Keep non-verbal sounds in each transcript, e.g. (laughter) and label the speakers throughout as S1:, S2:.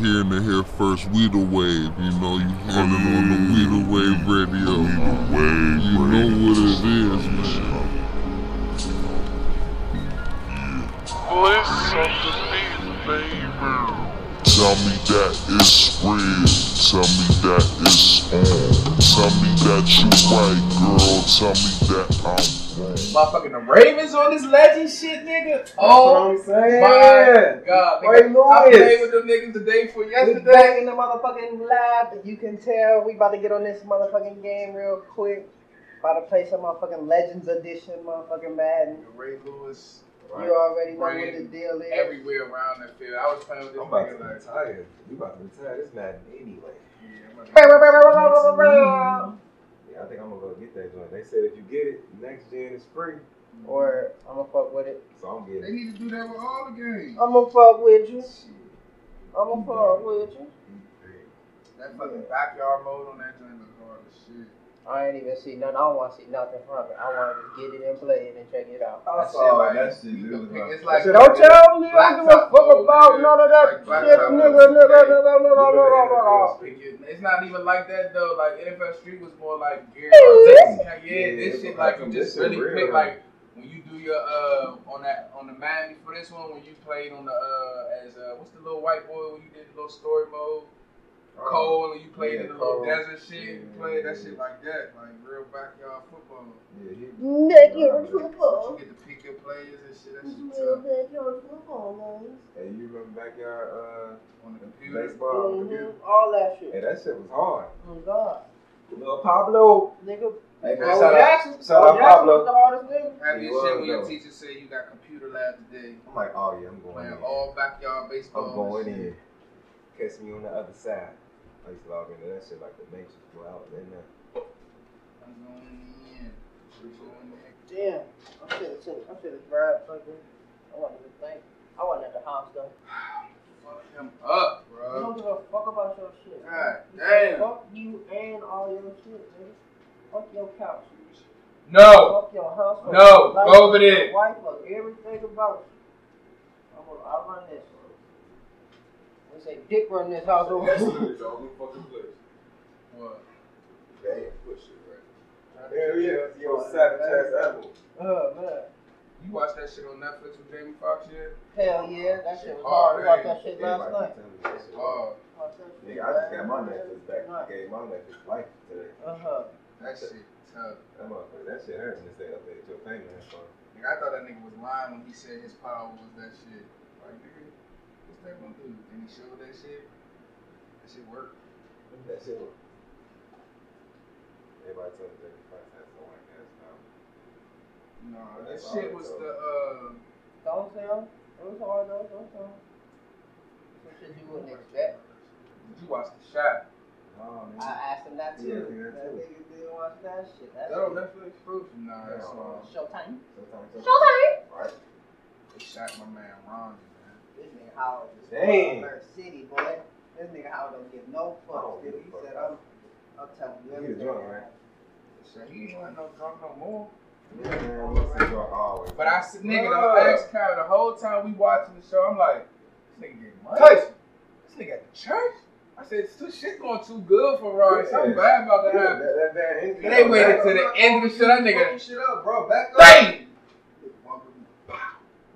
S1: hearing it here first. We the wave, you know. You hearing it on the We the Wave radio. you know what it is, man.
S2: Listen to me, baby.
S1: Tell me that it's real. Tell me that it's on. Tell me that you right, girl. Tell me that I'm wrong.
S3: Motherfucking the Ravens on this legend shit, nigga. Oh
S4: Oh, That's what I'm saying.
S3: my god,
S4: Ray
S3: nigga. I
S4: Lewis.
S3: played with them niggas the day before
S4: We back
S3: yesterday.
S4: in the motherfucking lab, and you can tell we about to get on this motherfucking game real quick. About to play some motherfucking Legends Edition, motherfucking Madden.
S3: Ray Lewis.
S4: You already know
S3: Right.
S4: what the deal is.
S3: Everywhere around that field. I was playing with this
S5: I'm about to
S3: nigga like,
S5: retire. We about to retire this Madden anyway.
S3: yeah, I'm
S4: Brr,
S3: gonna-
S4: brr, brr, brr, brr, brr, brr.
S5: Yeah, I think I'm gonna go get that joint. They said if you get it, next gen is free.
S4: Or I'ma fuck with it.
S5: So I'm
S3: They
S5: getting it.
S3: need to do that with all the games.
S4: I'ma fuck with you. I'ma fuck with you.
S3: That fucking backyard mode on that joint look hard as shit.
S4: I ain't even see nothing. I don't want to see nothing from it. I want to get it and play it and check it out.
S3: That shit
S5: saw
S3: like-
S5: that shit,
S3: you can
S5: dude.
S3: pick- It's like
S4: Don't y'all niggas
S3: Blacktop
S4: give a fuck
S3: mode,
S4: about
S3: nigga.
S4: none of
S3: Like
S4: that shit,
S3: blacktop
S4: nigga,
S3: mode.
S4: nigga, nigga, nigga, nigga, nigga, nigga.
S3: It's not even like that though. Like NFL Street was more like geared.
S4: Hey.
S3: Yeah, yeah, this shit like you just
S5: This shit
S3: really
S5: real,
S3: pick
S5: though.
S3: like when you do your uh on that on the Madden for this one when you played on the uh as uh what's the little white boy when you did the little story mode Cole and you played
S5: Oh,
S3: in
S5: yeah,
S3: the little
S5: Cole.
S3: desert shit you
S5: Yeah,
S3: played that
S5: yeah,
S3: shit
S5: yeah.
S3: like that like real backyard football.
S5: Yeah, he,
S4: Backyard
S3: You
S4: football.
S3: get to pick your players and shit. That shit tough
S4: Backyard football, man.
S5: hey, you remember backyard
S3: on the
S5: uh,
S3: computer.
S5: baseball? on the computer?
S4: All that
S5: Hey,
S4: shit.
S5: that shit was hard.
S4: Oh God,
S5: Little Pablo.
S4: nigga.
S3: Shout
S5: Hey, man,
S3: out-
S5: shout out, shout out
S4: Oh, Jackson was
S5: Pablo.
S4: the hardest nigga.
S3: Happy as
S5: He
S3: shit
S5: was,
S3: when your
S5: though.
S3: teacher say you got computer lab today.
S5: I'm like, oh yeah, I'm going
S3: Playing
S5: in.
S3: all backyard baseball.
S5: I'm going in. Catch me on the other side. I used to log into that shit like the Matrix. Go out and then.
S3: I'm going in. We're going in.
S4: Damn, I'm feeling sick. I'm feeling grab something. I want to think. I want at the house though.
S3: Fuck him up,
S4: You
S3: bro.
S4: don't give a fuck about your shit.
S3: God
S4: You say
S3: damn.
S4: Fuck you and all your shit, nigga. Fuck your couch.
S3: No.
S4: Fuck your house. fuck
S3: No,
S4: your life,
S3: go over
S4: fuck
S3: there.
S4: Your wife, fuck everything about you. I'm gonna, I run this. We say dick run this house over.
S3: What?
S5: Damn, push it right. Hell yeah, that's your savage ass animal.
S4: oh man.
S3: You watch that shit on Netflix with Jamie Foxx yet?
S4: Hell yeah, that shit was
S3: Oh,
S4: hard. We watched
S3: man.
S4: that shit last night.
S3: Oh,
S4: Watched that shit
S5: Nigga, I just got my
S4: last
S5: Netflix back. I
S4: night.
S5: gave my Netflix life today.
S4: Uh-huh.
S3: that shit tough.
S5: That motherfucker, that shit hurt when they say update your payment. So,
S3: Nigga, I thought that nigga was lying when he said his power was that shit. Like, nigga, what's that gonna do? And he showed that shit. That shit worked.
S5: that shit was. Everybody told me that price has the white ass now.
S3: No, that
S5: That's
S3: shit
S5: hard,
S3: was
S5: though.
S3: the uh.
S4: Don't sell. Don't sell. Don't sell. Don't sell. Some shit you wouldn't expect.
S3: Did you watch the shot?
S5: Oh, man.
S4: I asked him that too.
S5: Yeah, I
S4: that
S5: think that too.
S4: nigga didn't watch that shit. That
S3: Is that on
S4: shit-
S3: Netflix? Nah, that's on.
S4: Showtime.
S5: Sometimes, sometimes.
S4: Showtime.
S5: Right.
S3: They shot my man Ron, man.
S4: This nigga Howard is
S5: Dang.
S4: from Alert City, boy. This nigga Howard don't give no
S5: Oh,
S4: fucks, dude. He
S5: fuck.
S4: said, I'm, I'm telling you
S5: He
S4: everything.
S5: the drunk, right?
S3: Shit, he wasn't no drunk no more.
S5: Yeah, man, what's the draw always?
S3: But I said, nigga,
S5: Bruh.
S3: the last time, the whole time we watching the show, I'm like, this nigga getting money.
S5: Tyson.
S3: This nigga at the church. I said, "This shit going too good for Ronnie. Something
S5: Yeah.
S3: bad about
S5: Yeah,
S3: to happen.
S5: that, that, that engine.
S3: And they waited to the end of the show. That nigga,
S5: shit up, bro. Back
S3: bang!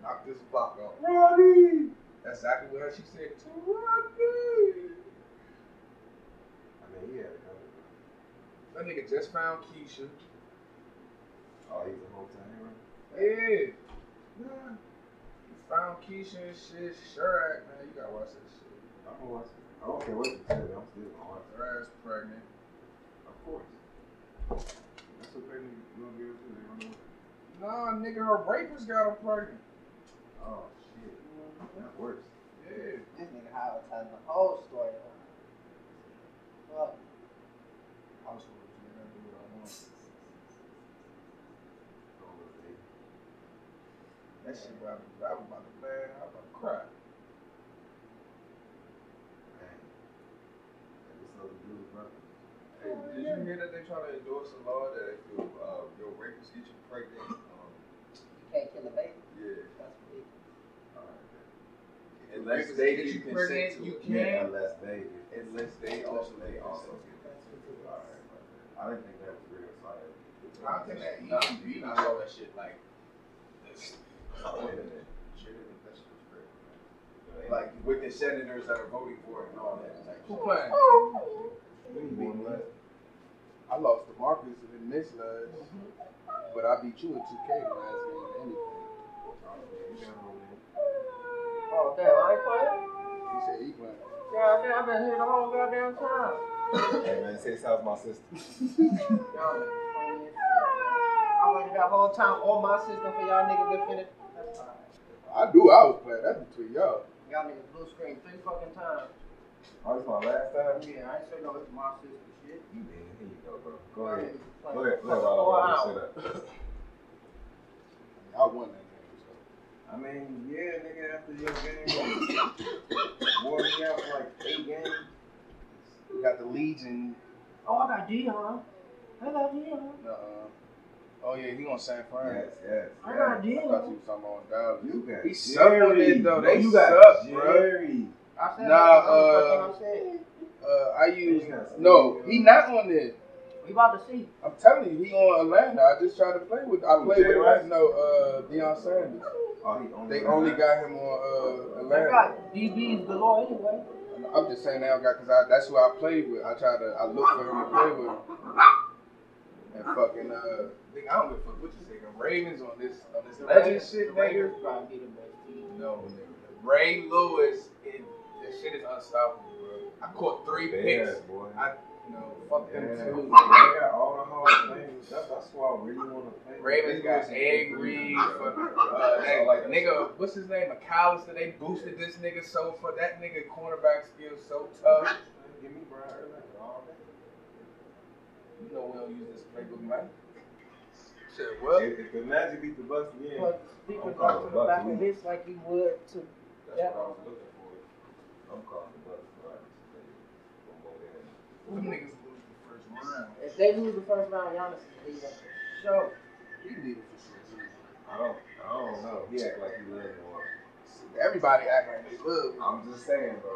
S5: Knock this block off.
S3: Ronnie. That's exactly what she said to Ronnie.
S5: I mean, he had it
S3: That
S5: coming.
S3: nigga just found Keisha.
S5: Oh, he's a hometown hero.
S3: Yeah. Nah. He found Keisha and shit. Sure, man, you gotta watch that shit.
S5: I'm gonna watch it. I don't care what you say, I'm still gonna watch
S3: Her ass pregnant.
S5: it. Of course. That's what they need to give it to. They don't know.
S3: Nah, nigga, her rapist got her pregnant.
S5: Oh, shit. That's worse.
S3: Yeah.
S4: This nigga Howard telling the whole story. Fuck.
S3: I was supposed to do that, do what I want.
S5: Oh, baby.
S3: That shit about to, I was about to, man, I was about to cry.
S5: Man. That's all the dudes, bro.
S6: Oh,
S3: Hey, did you hear that they trying to endorse a law that if your, uh, your rapist get you pregnant, um,
S4: You can't kill a baby.
S3: yeah,
S4: That's what
S5: All right, man.
S3: and
S5: Unless
S6: niggas
S5: they
S6: get
S5: get
S6: you
S5: consent
S6: pregnant,
S5: to
S6: you
S5: it.
S6: can.
S5: Yeah, unless they.
S6: Unless they also get
S5: They also
S6: consent.
S5: get consent to it. All right. I didn't think that was real. Sorry.
S6: I think that EGB, I saw that shit like. this- oh,
S5: Wait a minute.
S6: Like with the senators that are voting for it and all that. It's like, Oh. who playing?
S3: I lost to Marcus in this last, but I beat you in 2K last game in anything.
S4: Oh damn, I ain't playing.
S3: He said he playing.
S4: God damn, I've been here the whole goddamn time.
S5: Hey man, say this house my sister.
S4: Y'all niggas funny as shit. I waited that whole time on my system for y'all niggas to finish. That's fine.
S3: I do. I was playing. That's between y'all.
S4: Y'all niggas blue screen three fucking times.
S5: Oh, this my last time.
S4: Yeah, I ain't say no it's my sister shit.
S5: You did. Here you go, bro. Go
S4: Y'all
S5: ahead.
S4: niggas is
S5: Go
S4: playing
S5: ahead. Go
S4: fucking
S5: ahead.
S4: four
S5: I'll
S4: hours.
S5: sit up.
S3: I won that game. So.
S5: I mean, yeah, nigga, after your game, like, wore me out for like eight games. We got the Legion.
S4: Oh, I got Dion. I got Dion.
S3: Nuh-uh.
S5: uh,
S3: Oh yeah, he gonna San Fran.
S5: Yes, yes.
S4: I
S5: yes.
S4: got
S3: I thought you
S4: Dion.
S3: was talking about Dallas.
S5: You got
S3: He suck with
S5: Jerry.
S3: it, though.
S5: No,
S3: They
S5: you got
S3: suck, bro.
S5: Jerry.
S4: I said
S3: Nah,
S4: I was fucking
S3: uh,
S4: upset.
S3: Uh, I use
S5: He's not-
S3: no. He not on there.
S4: We about to see.
S3: I'm telling you, he on Atlanta. I just tried to play with. I
S5: Who,
S3: played with
S5: Jay Rice?
S3: no uh, Deion Sanders.
S5: Oh, he only
S3: They only got him on uh,
S4: They
S3: Atlanta.
S4: got DBs galore anyway.
S3: I'm just saying they don't got because I that's who I played with. I tried to I looked for him to play with him. And fucking uh, nigga, I don't give a fuck what you say. The Ravens on this on this legend shit, nigga.
S4: probably be the best team.
S3: No, nigga. Ray Lewis, it, that shit is unstoppable, bro. I caught three
S5: Yeah,
S3: picks.
S5: boy.
S3: I- No, fuck them
S5: Yeah.
S3: two. nigga.
S5: They got all the hard things. That's, that's why I really want to play. with
S3: Ravens
S5: these
S3: got
S5: guys.
S3: angry. Fucking, uh,
S5: That's
S3: that,
S5: all I got.
S3: nigga, what's his name? McAllister. They boosted this nigga so for that nigga cornerback skill so tough.
S5: Give me Brian Urlacher all day.
S3: You know we don't use this playbook, man. Shit, what?
S5: If, if the Magic beat the Bucks again,
S4: But we can talk to the back of this like you would to
S5: that's what I was looking for. I'm calling the Bucks. all right. I'm over there.
S3: Them niggas lose the first round.
S4: If they lose the first round, Giannis is leaving. So,
S3: He leaving for
S5: I don't, I don't know. He act like he lives in Washington.
S3: shit. Everybody act like they love. him.
S5: I'm just saying, bro.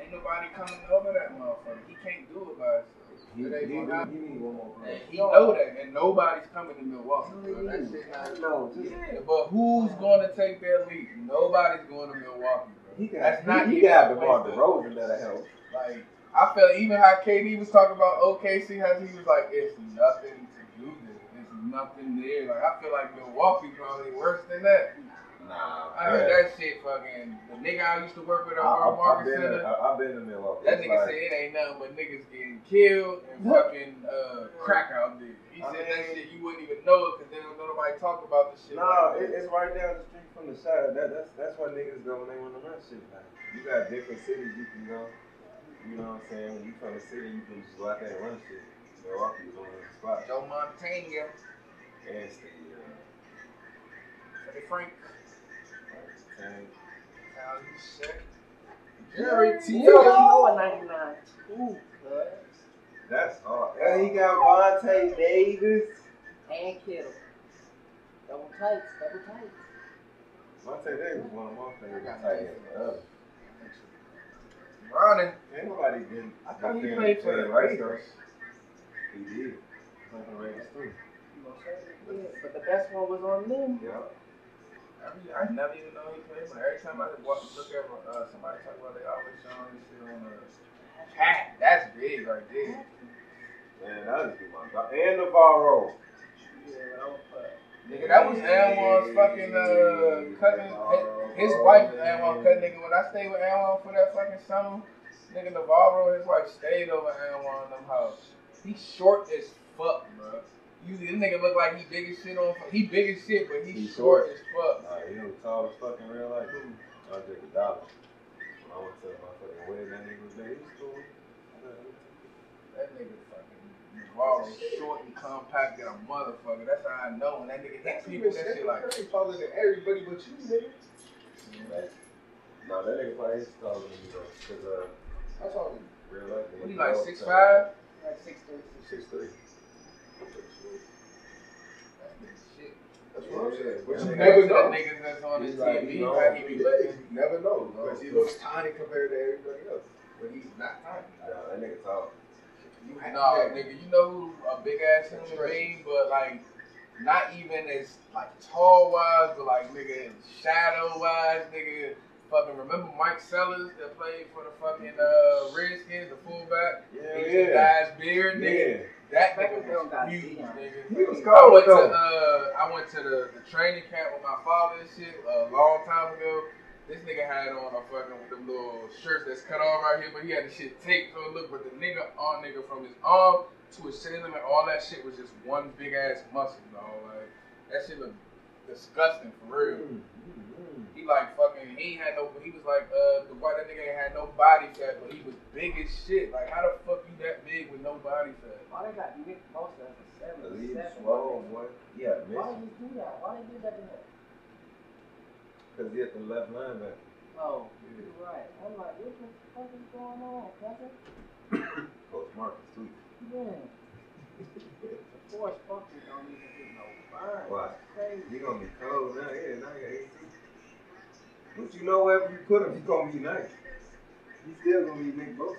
S3: Ain't nobody coming over that motherfucker. He can't do it by himself.
S5: He, he,
S3: It ain't
S5: he,
S3: gonna happen.
S5: he need one more
S3: And
S5: play.
S3: he know that, and nobody's coming to Milwaukee. Bro. That shit not
S5: No, just,
S3: Yeah, but who's going to take their lead? Nobody's going to Milwaukee, bro.
S5: he got,
S3: That's not
S5: he, he
S3: even
S5: got
S3: a
S5: DeMar
S3: place
S5: DeRozan that'll help.
S3: Like I felt even how KD was talking about OKC, how he was like, it's nothing to do there. It's nothing there. Like I feel like Milwaukee probably worse than that.
S5: Nah,
S3: I heard that shit fucking the nigga I used to work with at World
S5: I've
S3: Market
S5: been, to-
S3: Center.
S5: I- I've been to Milwaukee.
S3: That
S5: It's
S3: nigga
S5: like-
S3: said it ain't nothing but niggas getting killed and fucking uh, crack out there. He
S5: I
S3: said that
S5: mean-
S3: shit you wouldn't even know it because they don't nobody talk about the shit.
S5: No,
S3: like that.
S5: it, it's right down the street from the shop. That, that's that's why niggas go when they want to run shit. Like you got different cities you can go. You know what I'm saying? When you from the city, you can just go out there and run shit. Milwaukee is one of the spots.
S3: Joe Montana,
S5: And stay, uh,
S3: Freddie Frank,
S5: like, tank.
S3: how you sick? Jerry T.
S4: you know, 99. Ooh,
S5: That's hard. And he got Vontae Davis.
S4: and Kittle. Double tights, double tights.
S5: Vontae Davis is one of my favorite tight ends forever.
S3: Running.
S5: Ain't nobody been.
S3: I thought he
S5: been
S3: played for the
S5: Raiders.
S3: Raiders.
S5: He did. He played for the Raiders too.
S4: You gonna say it? Yeah, But the best one was on them.
S5: Yeah.
S3: I, mean, I never even know he played, but every time I walk, look at uh, somebody talk about they always showing this shit on the hat. That's big right there.
S5: Man, that is good one. And Navarro.
S4: Yeah, but I would put.
S3: Nigga, that was Anwar's fucking uh, cousin. His his wife is Anwar's cousin. Nigga, when I stayed with Anwar for that fucking summer, nigga Navarro and his wife stayed over Anwar in them house. He's short as fuck, bro. Usually this nigga look like he big as shit on. He big as shit, but he's
S5: He's
S3: short
S5: short.
S3: as fuck.
S5: Nah, he was tall as fuck in real life. I was just a dollar. When I went to my fucking wedding, that nigga was there. He was cool.
S3: That nigga fucking Navarro, short and compact than a motherfucker. That's how I know. And that nigga hit people, that shit like.
S6: taller than everybody but you, nigga.
S5: Like, nah, that nigga probably is taller than me though. Cause, uh,
S6: I'm talking
S5: real life.
S3: What he
S5: niggas
S3: like
S5: tall,
S3: six
S5: so-
S3: five?
S4: Like six three.
S5: Six three.
S3: That nigga shit.
S5: That's what I'm saying. But
S3: You never
S5: you never
S3: know.
S5: know.
S3: Niggas that's on the
S5: He's like,
S3: TV,
S5: you know,
S3: how he be
S5: yeah,
S3: looking.
S5: you never know.
S3: Because
S5: Because
S3: he looks tiny compared to everybody else. But he's not tiny.
S5: that nigga tall.
S3: You
S6: No,
S5: (laughs)
S3: have
S6: nigga, you know who a big ass human being, but like not even as like tall wise, but like nigga shadow wise, nigga. Fucking remember Mike Sellers that played for the fucking uh, Redskins, the fullback.
S5: Yeah,
S6: He yeah. dyed beard, nigga.
S5: Yeah.
S6: That nigga was huge, nigga.
S5: He was
S6: I
S5: cold
S6: went to
S5: though.
S6: uh, I went to the, the training camp with my father and shit a long time ago. This nigga had on a fucking with them little shirts that's cut off right here, but he had the shit taped so it looked. But the nigga on nigga from his arm to his chin and all that shit was just one big ass muscle, dog. Like that shit looked disgusting for real. He like fucking. He ain't had no. He was like uh the white that nigga ain't had no body fat, but he was big as shit. Like how the fuck you that big with no body fat?
S7: Why they got Nick Bosa as a
S5: The
S7: seven?
S5: lead Mm-hmm.
S7: seven?
S5: swole, boy. Yeah,
S7: Why did
S5: man.
S7: you do that? Why did you do that to him?
S5: Because he at the left linebacker.
S7: No, you're right. I'm like, what the fuck is going on, cousin?
S5: Coach Marcus, too.
S7: Man, (laughs) the force function don't even get no burn.
S5: Why?
S7: It's crazy.
S5: He gonna be cold now. Yeah, now he AC. But you know, wherever you put him, he's gonna be nice. He's still gonna be Nick Bosa.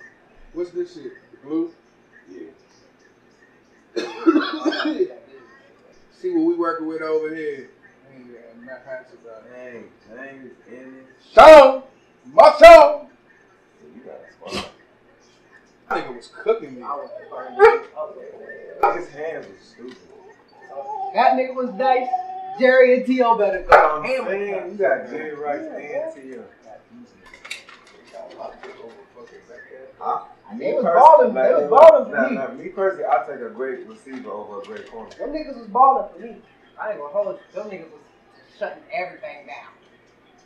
S3: What's this shit? Blue? (coughs)
S5: Yeah.
S3: See what we working with over here. uh,
S5: Dang, James Ennis.
S3: Sean! Macho!
S5: Yeah, you got a squad.
S3: That nigga was cooking me.
S7: I was burning up.
S5: His hands are stupid.
S4: That nigga was nice. Jerry and T.O. better
S5: You know what I'm
S4: Hammer.
S5: saying? You got Jerry Rice and Tia.
S4: They was balling. They was balling
S5: Nah,
S4: for me.
S5: nah, me personally, I take a great receiver over a great corner.
S4: Them niggas was balling for me. I ain't gonna hold you. Them niggas was shutting everything down.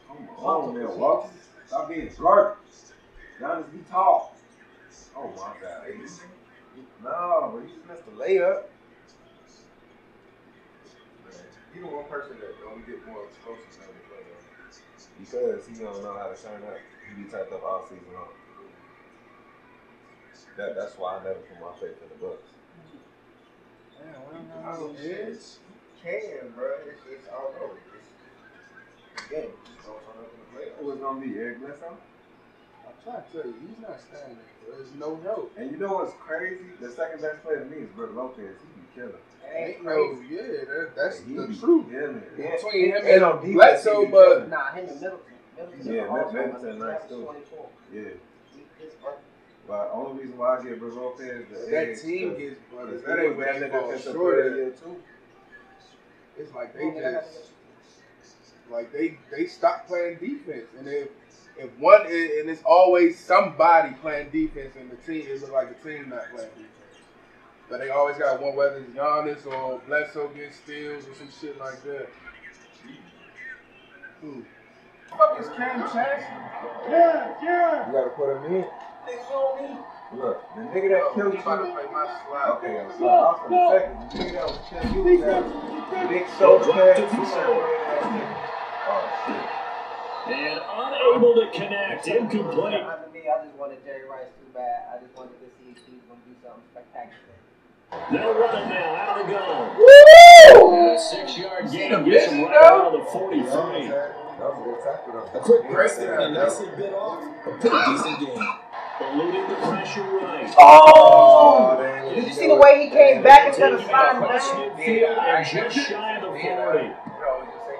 S5: Come on, Milwaukee. Stop being garbage. Giannis be tall. Oh my god. he's- No, but he just missed the layup.
S3: You the one person that don't get more explosive than the player.
S5: Because he don't know how to turn up. He be typed up all season long. That, that's why I never put my faith in the Bucks.
S3: I don't know. It's can, bro. It's just, I don't know. It's game. Just don't turn up in the playoffs.
S5: was gonna be Eric Bledsoe.
S3: I'm trying to tell you, he's not standing there. There's no help.
S5: And you know what's crazy? The second best player to me is Brooke Lopez. He be killing.
S3: Ain't no, yeah, that, that's
S5: And he
S3: the
S5: be
S3: truth.
S5: Killing.
S3: Between him
S5: And
S3: and
S5: on defense,
S3: Bledsoe,
S5: he be
S3: but
S5: killing.
S7: Nah, him and Middleton. Middleton
S5: Yeah,
S7: also
S5: Middleton
S7: was
S5: nice,
S7: average
S5: too.
S7: 24.
S5: yeah.
S7: He- his butt-
S5: But only reason why I get Brooke Lopez is
S3: that team
S5: gets
S3: gets brothers.
S5: that
S3: That ain't where they fall short at. It's like they just like they they stop playing defense, and if if one and it's always somebody playing defense, and the team it look like the team not playing defense. But they always got one whether it's Giannis or Bledsoe getting steals or some shit like that. Hmm. Fuck is Cam Chancellor?
S5: You gotta put him in. Look, the nigga that
S3: Yo,
S5: killed
S3: he
S5: you.
S3: about to play my slide.
S5: Okay, I'm sorry. I was gonna say, the nigga that was killing you. was that Big shoulder pad. Oh shit.
S8: And unable to connect, incomplete.
S7: Under me, I just wanted Jerry Rice too bad. I just wanted to see if he was gonna do something spectacular.
S8: They'll run it now, out of the gun. And a six-yard gain gets him right around the 43.
S5: That was a good tackle though.
S9: A quick
S5: Yeah,
S9: press there
S5: yeah,
S9: and a
S5: that was-
S9: nicely bit off. A pretty decent game.
S8: Eluding the pressure right.
S5: Oh,
S4: Oh!
S5: man,
S4: Did you see the way he came back instead of
S8: Taking
S4: sliding
S8: up
S4: down?
S8: Westfield Field and just shy of the 40.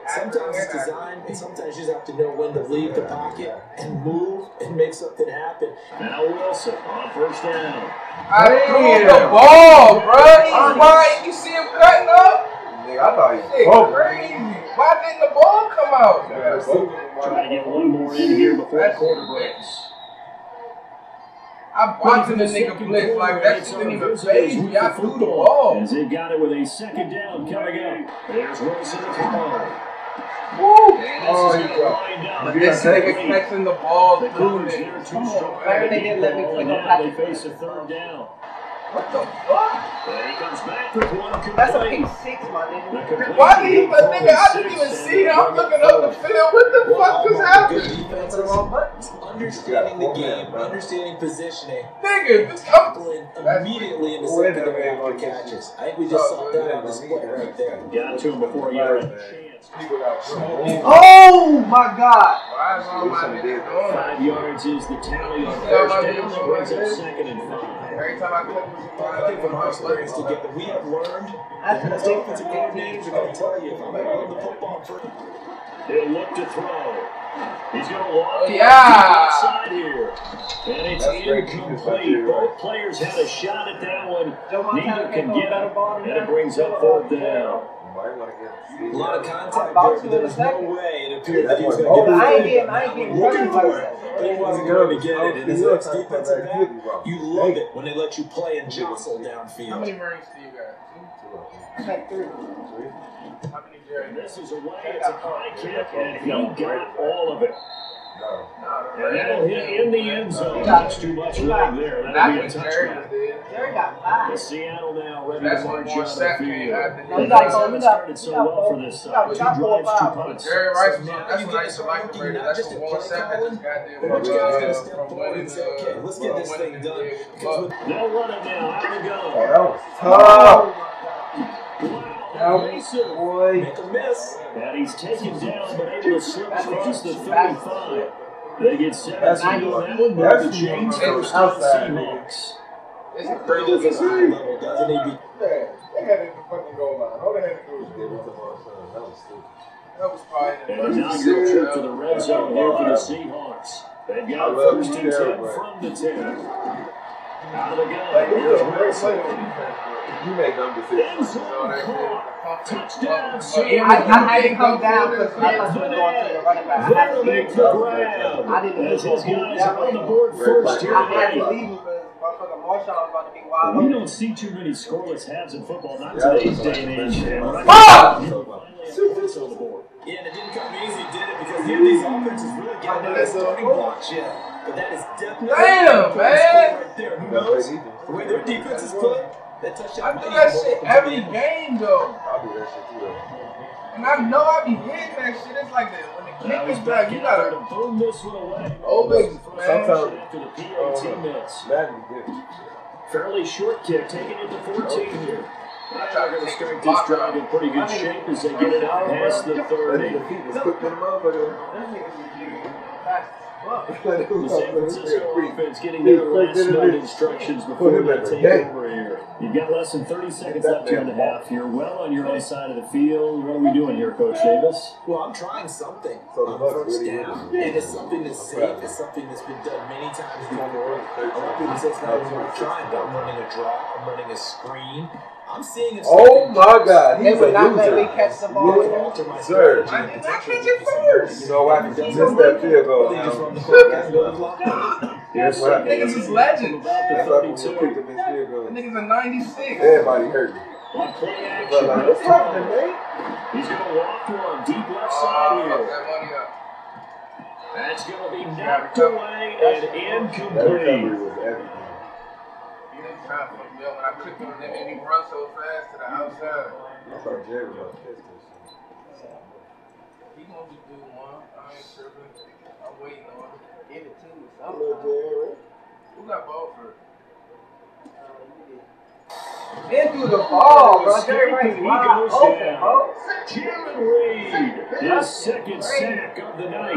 S9: Sometimes it's design, and sometimes you just have to know when to leave the pocket and move and make something happen.
S8: Now Wilson on first down.
S6: I threw the ball, bro. He's wide. You see him cutting up?
S5: Nigga, I thought he was
S6: Shit,
S3: Oh.
S5: broke.
S6: crazy. Why didn't the ball come out?
S5: That was super.
S8: Trying to get one more in here before the
S6: That's
S8: quarter
S6: it.
S8: breaks.
S6: I'm watching the nigga blitz like that shit didn't even phase me. I threw the ball.
S8: As they've got it with a second down coming up. There's Wilson to throw.
S6: Oh,
S8: This is
S6: he
S8: gonna
S6: got-
S8: wind down.
S6: This nigga catching the ball
S8: The
S6: through
S8: Cougars
S6: me.
S8: here too strong.
S4: Why did they let me click on
S8: Now they
S4: Patrick?
S8: face a third down.
S4: What the fuck?
S8: But he comes back with one
S4: That's a
S8: complete.
S4: pick six, my nigga.
S3: Why did he, but nigga, I didn't even see it. I'm looking up the field. What the fuck just happened?
S9: Defense,
S4: That's the wrong button.
S9: understanding the game, understanding positioning,
S3: Nigga, this, I'm,
S9: tackling immediately in the
S5: Wait a
S9: secondary
S5: minute,
S9: after
S5: okay.
S9: catches. I think we just saw that on display right there.
S8: Got to him before he had a chance.
S4: Oh my god.
S3: why is all my niggas doing?
S8: Five yards is the tally on first down. Brings up second and five.
S3: Every time I click with
S9: I think from our experience together, we
S3: uh,
S9: have learned that most offensive coordinators are going to tell you if I'm out of the football first.
S8: He'll look to throw. He's going to walk it
S3: Yeah.
S8: outside here. And it's
S5: That's great defense right
S8: incomplete.
S5: there,
S8: Both
S5: right?
S8: players had a shot at that one.
S4: Joe
S8: Neither
S4: Montana
S8: can
S4: can't
S8: get
S4: throw a
S8: it.
S4: better ball than
S8: And it
S4: that.
S8: brings up fourth down.
S5: Might want to get
S9: A lot of contact
S4: About
S9: there,
S4: to
S9: but there
S4: in a
S9: was no
S4: second.
S9: way it appeared that he was
S5: Oh,
S9: going to get
S4: I
S9: it.
S4: ain't getting, I ain't getting
S9: Looking
S4: nothing
S9: for
S4: like
S9: it,
S4: that.
S9: but he wasn't going to get it. And as an ex-defensive back, you love it when they let you play and jostle
S3: How many
S9: downfield.
S3: rings do you got?
S4: Like three.
S3: Two? How many Jerry?
S8: And this is away. It's a high kick, and he got all of it.
S5: No.
S8: And that'll hit in the end
S4: Got
S8: zone.
S4: it.
S8: That's too much leg there.
S3: Not
S8: That'll be a
S3: when Jerry
S8: touchdown.
S3: did.
S4: Jerry got
S8: The
S4: five.
S8: Seattle now ready
S3: That's
S8: to
S3: when
S8: march
S3: more
S8: out of
S3: sack
S8: the
S3: came
S8: field.
S3: after
S8: They
S4: We got
S8: guys
S4: four, we
S8: haven't
S4: got-
S8: started
S4: we
S8: so
S4: got
S8: well
S4: four,
S8: for this
S4: we got-
S8: side.
S4: we
S8: Two
S4: got four,
S8: drives, two
S4: five.
S8: punts.
S3: Jerry Rice was
S9: now
S3: that's
S9: you
S3: what I
S9: get
S3: used to
S9: us
S3: like
S9: looking
S3: him,
S9: not
S3: That's
S9: just
S3: the
S9: at
S3: one
S9: play
S3: sack that
S9: calling,
S3: just got there. from,
S9: but the coach is going to
S3: uh,
S9: step
S3: from uh,
S9: forward
S3: winning
S9: and say,
S3: the-
S9: okay, let's get
S3: from
S9: this
S3: winning
S9: thing
S3: the
S9: done.
S3: game.
S9: Because with
S8: They'll run it now. Out
S5: Oh,
S8: of the go.
S5: that was
S4: Oh
S5: tough.
S4: my god.
S8: Wow, evasive.
S5: Boy.
S9: make a miss,
S8: And he's taken down, but able to slip across the
S4: That's-
S8: 35. They get 17
S5: That's-
S8: on that one.
S5: that's-
S8: That's the change first
S5: outside,
S8: to the
S5: man.
S8: Seahawks.
S3: It's a
S9: but it is
S3: crazy.
S9: a high level, doesn't it?
S3: Yeah, They had it to fucking go line. All they had to do was
S5: They
S3: get
S5: went
S3: it.
S5: to Marshawn. That was stupid.
S3: That was probably
S8: And an
S3: the first
S8: inaugural trip to the
S3: decision.
S8: red zone here for the Seahawks. They've got first and 10 from the 10. Out of the
S5: Like,
S8: gun,
S5: it was
S8: here's
S5: a great play on
S8: Wilson.
S5: defense, bro. You make dumb
S8: End
S5: decisions.
S8: zone
S3: So they
S8: caught. Touchdown,
S3: did.
S8: Seahawks.
S4: I, I, I didn't come down because I thought you were going to the running back. I had to
S8: Vernon
S4: leave.
S8: to grab as his guys are on the board first here
S4: I had to
S8: today.
S4: leave because motherfucking Marshawn was about to be wild.
S8: We
S4: open.
S8: don't see too many scoreless halves in football, not
S5: Yeah,
S8: today's
S5: that's
S8: day
S5: what
S8: and
S5: I
S8: age.
S5: meant.
S8: And when I-
S5: Fuck!
S8: You finally have points on the board.
S9: Yeah, and it didn't come easy, did it? Because none of these offenses really got out of starting blocks yet. But that is definitely
S3: Damn,
S9: a
S3: man.
S9: right there. Who
S5: That play
S9: knows?
S5: defense.
S9: The way their defense is put, that touchdown.
S3: I do that shit every game though.
S5: I'll do that shit too, though.
S3: And I know I be hitting that shit. It's like that. When the
S8: Now
S3: kick
S8: he's
S3: is
S8: back
S3: back, you gotta.
S8: to boom this one away.
S3: Always, man.
S5: Sometimes-
S8: After the PAT miss.
S5: Madden is different.
S8: Fairly short kick, taking it to 14 here.
S3: I
S8: They're
S3: try to
S8: going to
S3: take this
S8: start this
S3: block
S8: drive
S3: out.
S8: in pretty good shape as they get it out past the 30.
S5: That nigga feet was quick than a motherfucker. (laughs)
S4: This nigga's just getting fast as fuck.
S5: That
S8: The
S5: was
S8: San
S5: real
S8: Francisco
S5: quick.
S8: offense getting
S5: Dude,
S8: their
S5: quick,
S8: last
S5: did it,
S8: minute
S5: did it.
S8: instructions before
S5: Put him
S8: they
S5: in the
S8: take
S5: day.
S8: over here. You've got less than 30 seconds
S5: that
S8: left here in the
S5: damn ball.
S8: half. You're well on your own side of the field. What are we doing here, Coach Davis?
S9: Well, I'm trying something
S5: So the
S9: on
S5: Bucks
S9: first
S5: really
S9: down,
S5: win.
S9: and it's something that's safe. It's something that's been done many times before. A lot of people say it's not even worth trying, but I'm running a draw. I'm running a screen. I'm seeing if
S5: Oh
S9: something
S5: my god,
S4: They
S5: he's
S4: would
S5: a
S4: not let me
S5: loser.
S4: catch the ball.
S9: I
S5: Look
S9: can
S4: with
S9: alter my
S5: Sir.
S9: strategy and
S3: I did
S9: potentially
S3: not catch it
S9: do something
S3: first.
S9: different.
S5: So I can
S9: Doesn't
S5: miss that field goal.
S9: They just (laughs) run the
S5: now.
S9: clock down to the block.
S5: Here's what I
S3: Niggas
S5: mean.
S3: is legends.
S8: About the
S5: That's why people
S8: 32.
S5: quick to miss
S3: That
S5: field goals.
S3: nigga's a 96.
S5: Everybody hurt me.
S8: On play
S5: But like, what's happening,
S8: action.
S5: man?
S8: He's going to walk one deep
S3: Oh,
S8: left side
S3: fuck
S8: here.
S3: that money up.
S8: That's going to be knocked away
S5: That
S8: and
S5: recovery
S8: incomplete.
S5: was everything.
S3: You didn't try to fuck me up. When I clicked on it, they made me run so fast to the outside.
S5: I thought Jerry was about to catch this.
S3: He gonna be doing one. I ain't tripping. I'm waiting on him.
S4: Give it to me
S5: I love
S4: sometime.
S5: Jerry.
S3: Who got ball for it?
S4: Been through the ball, bro. Jerry Rice wide open, bro.
S8: Jared Reed, his second sack of the night.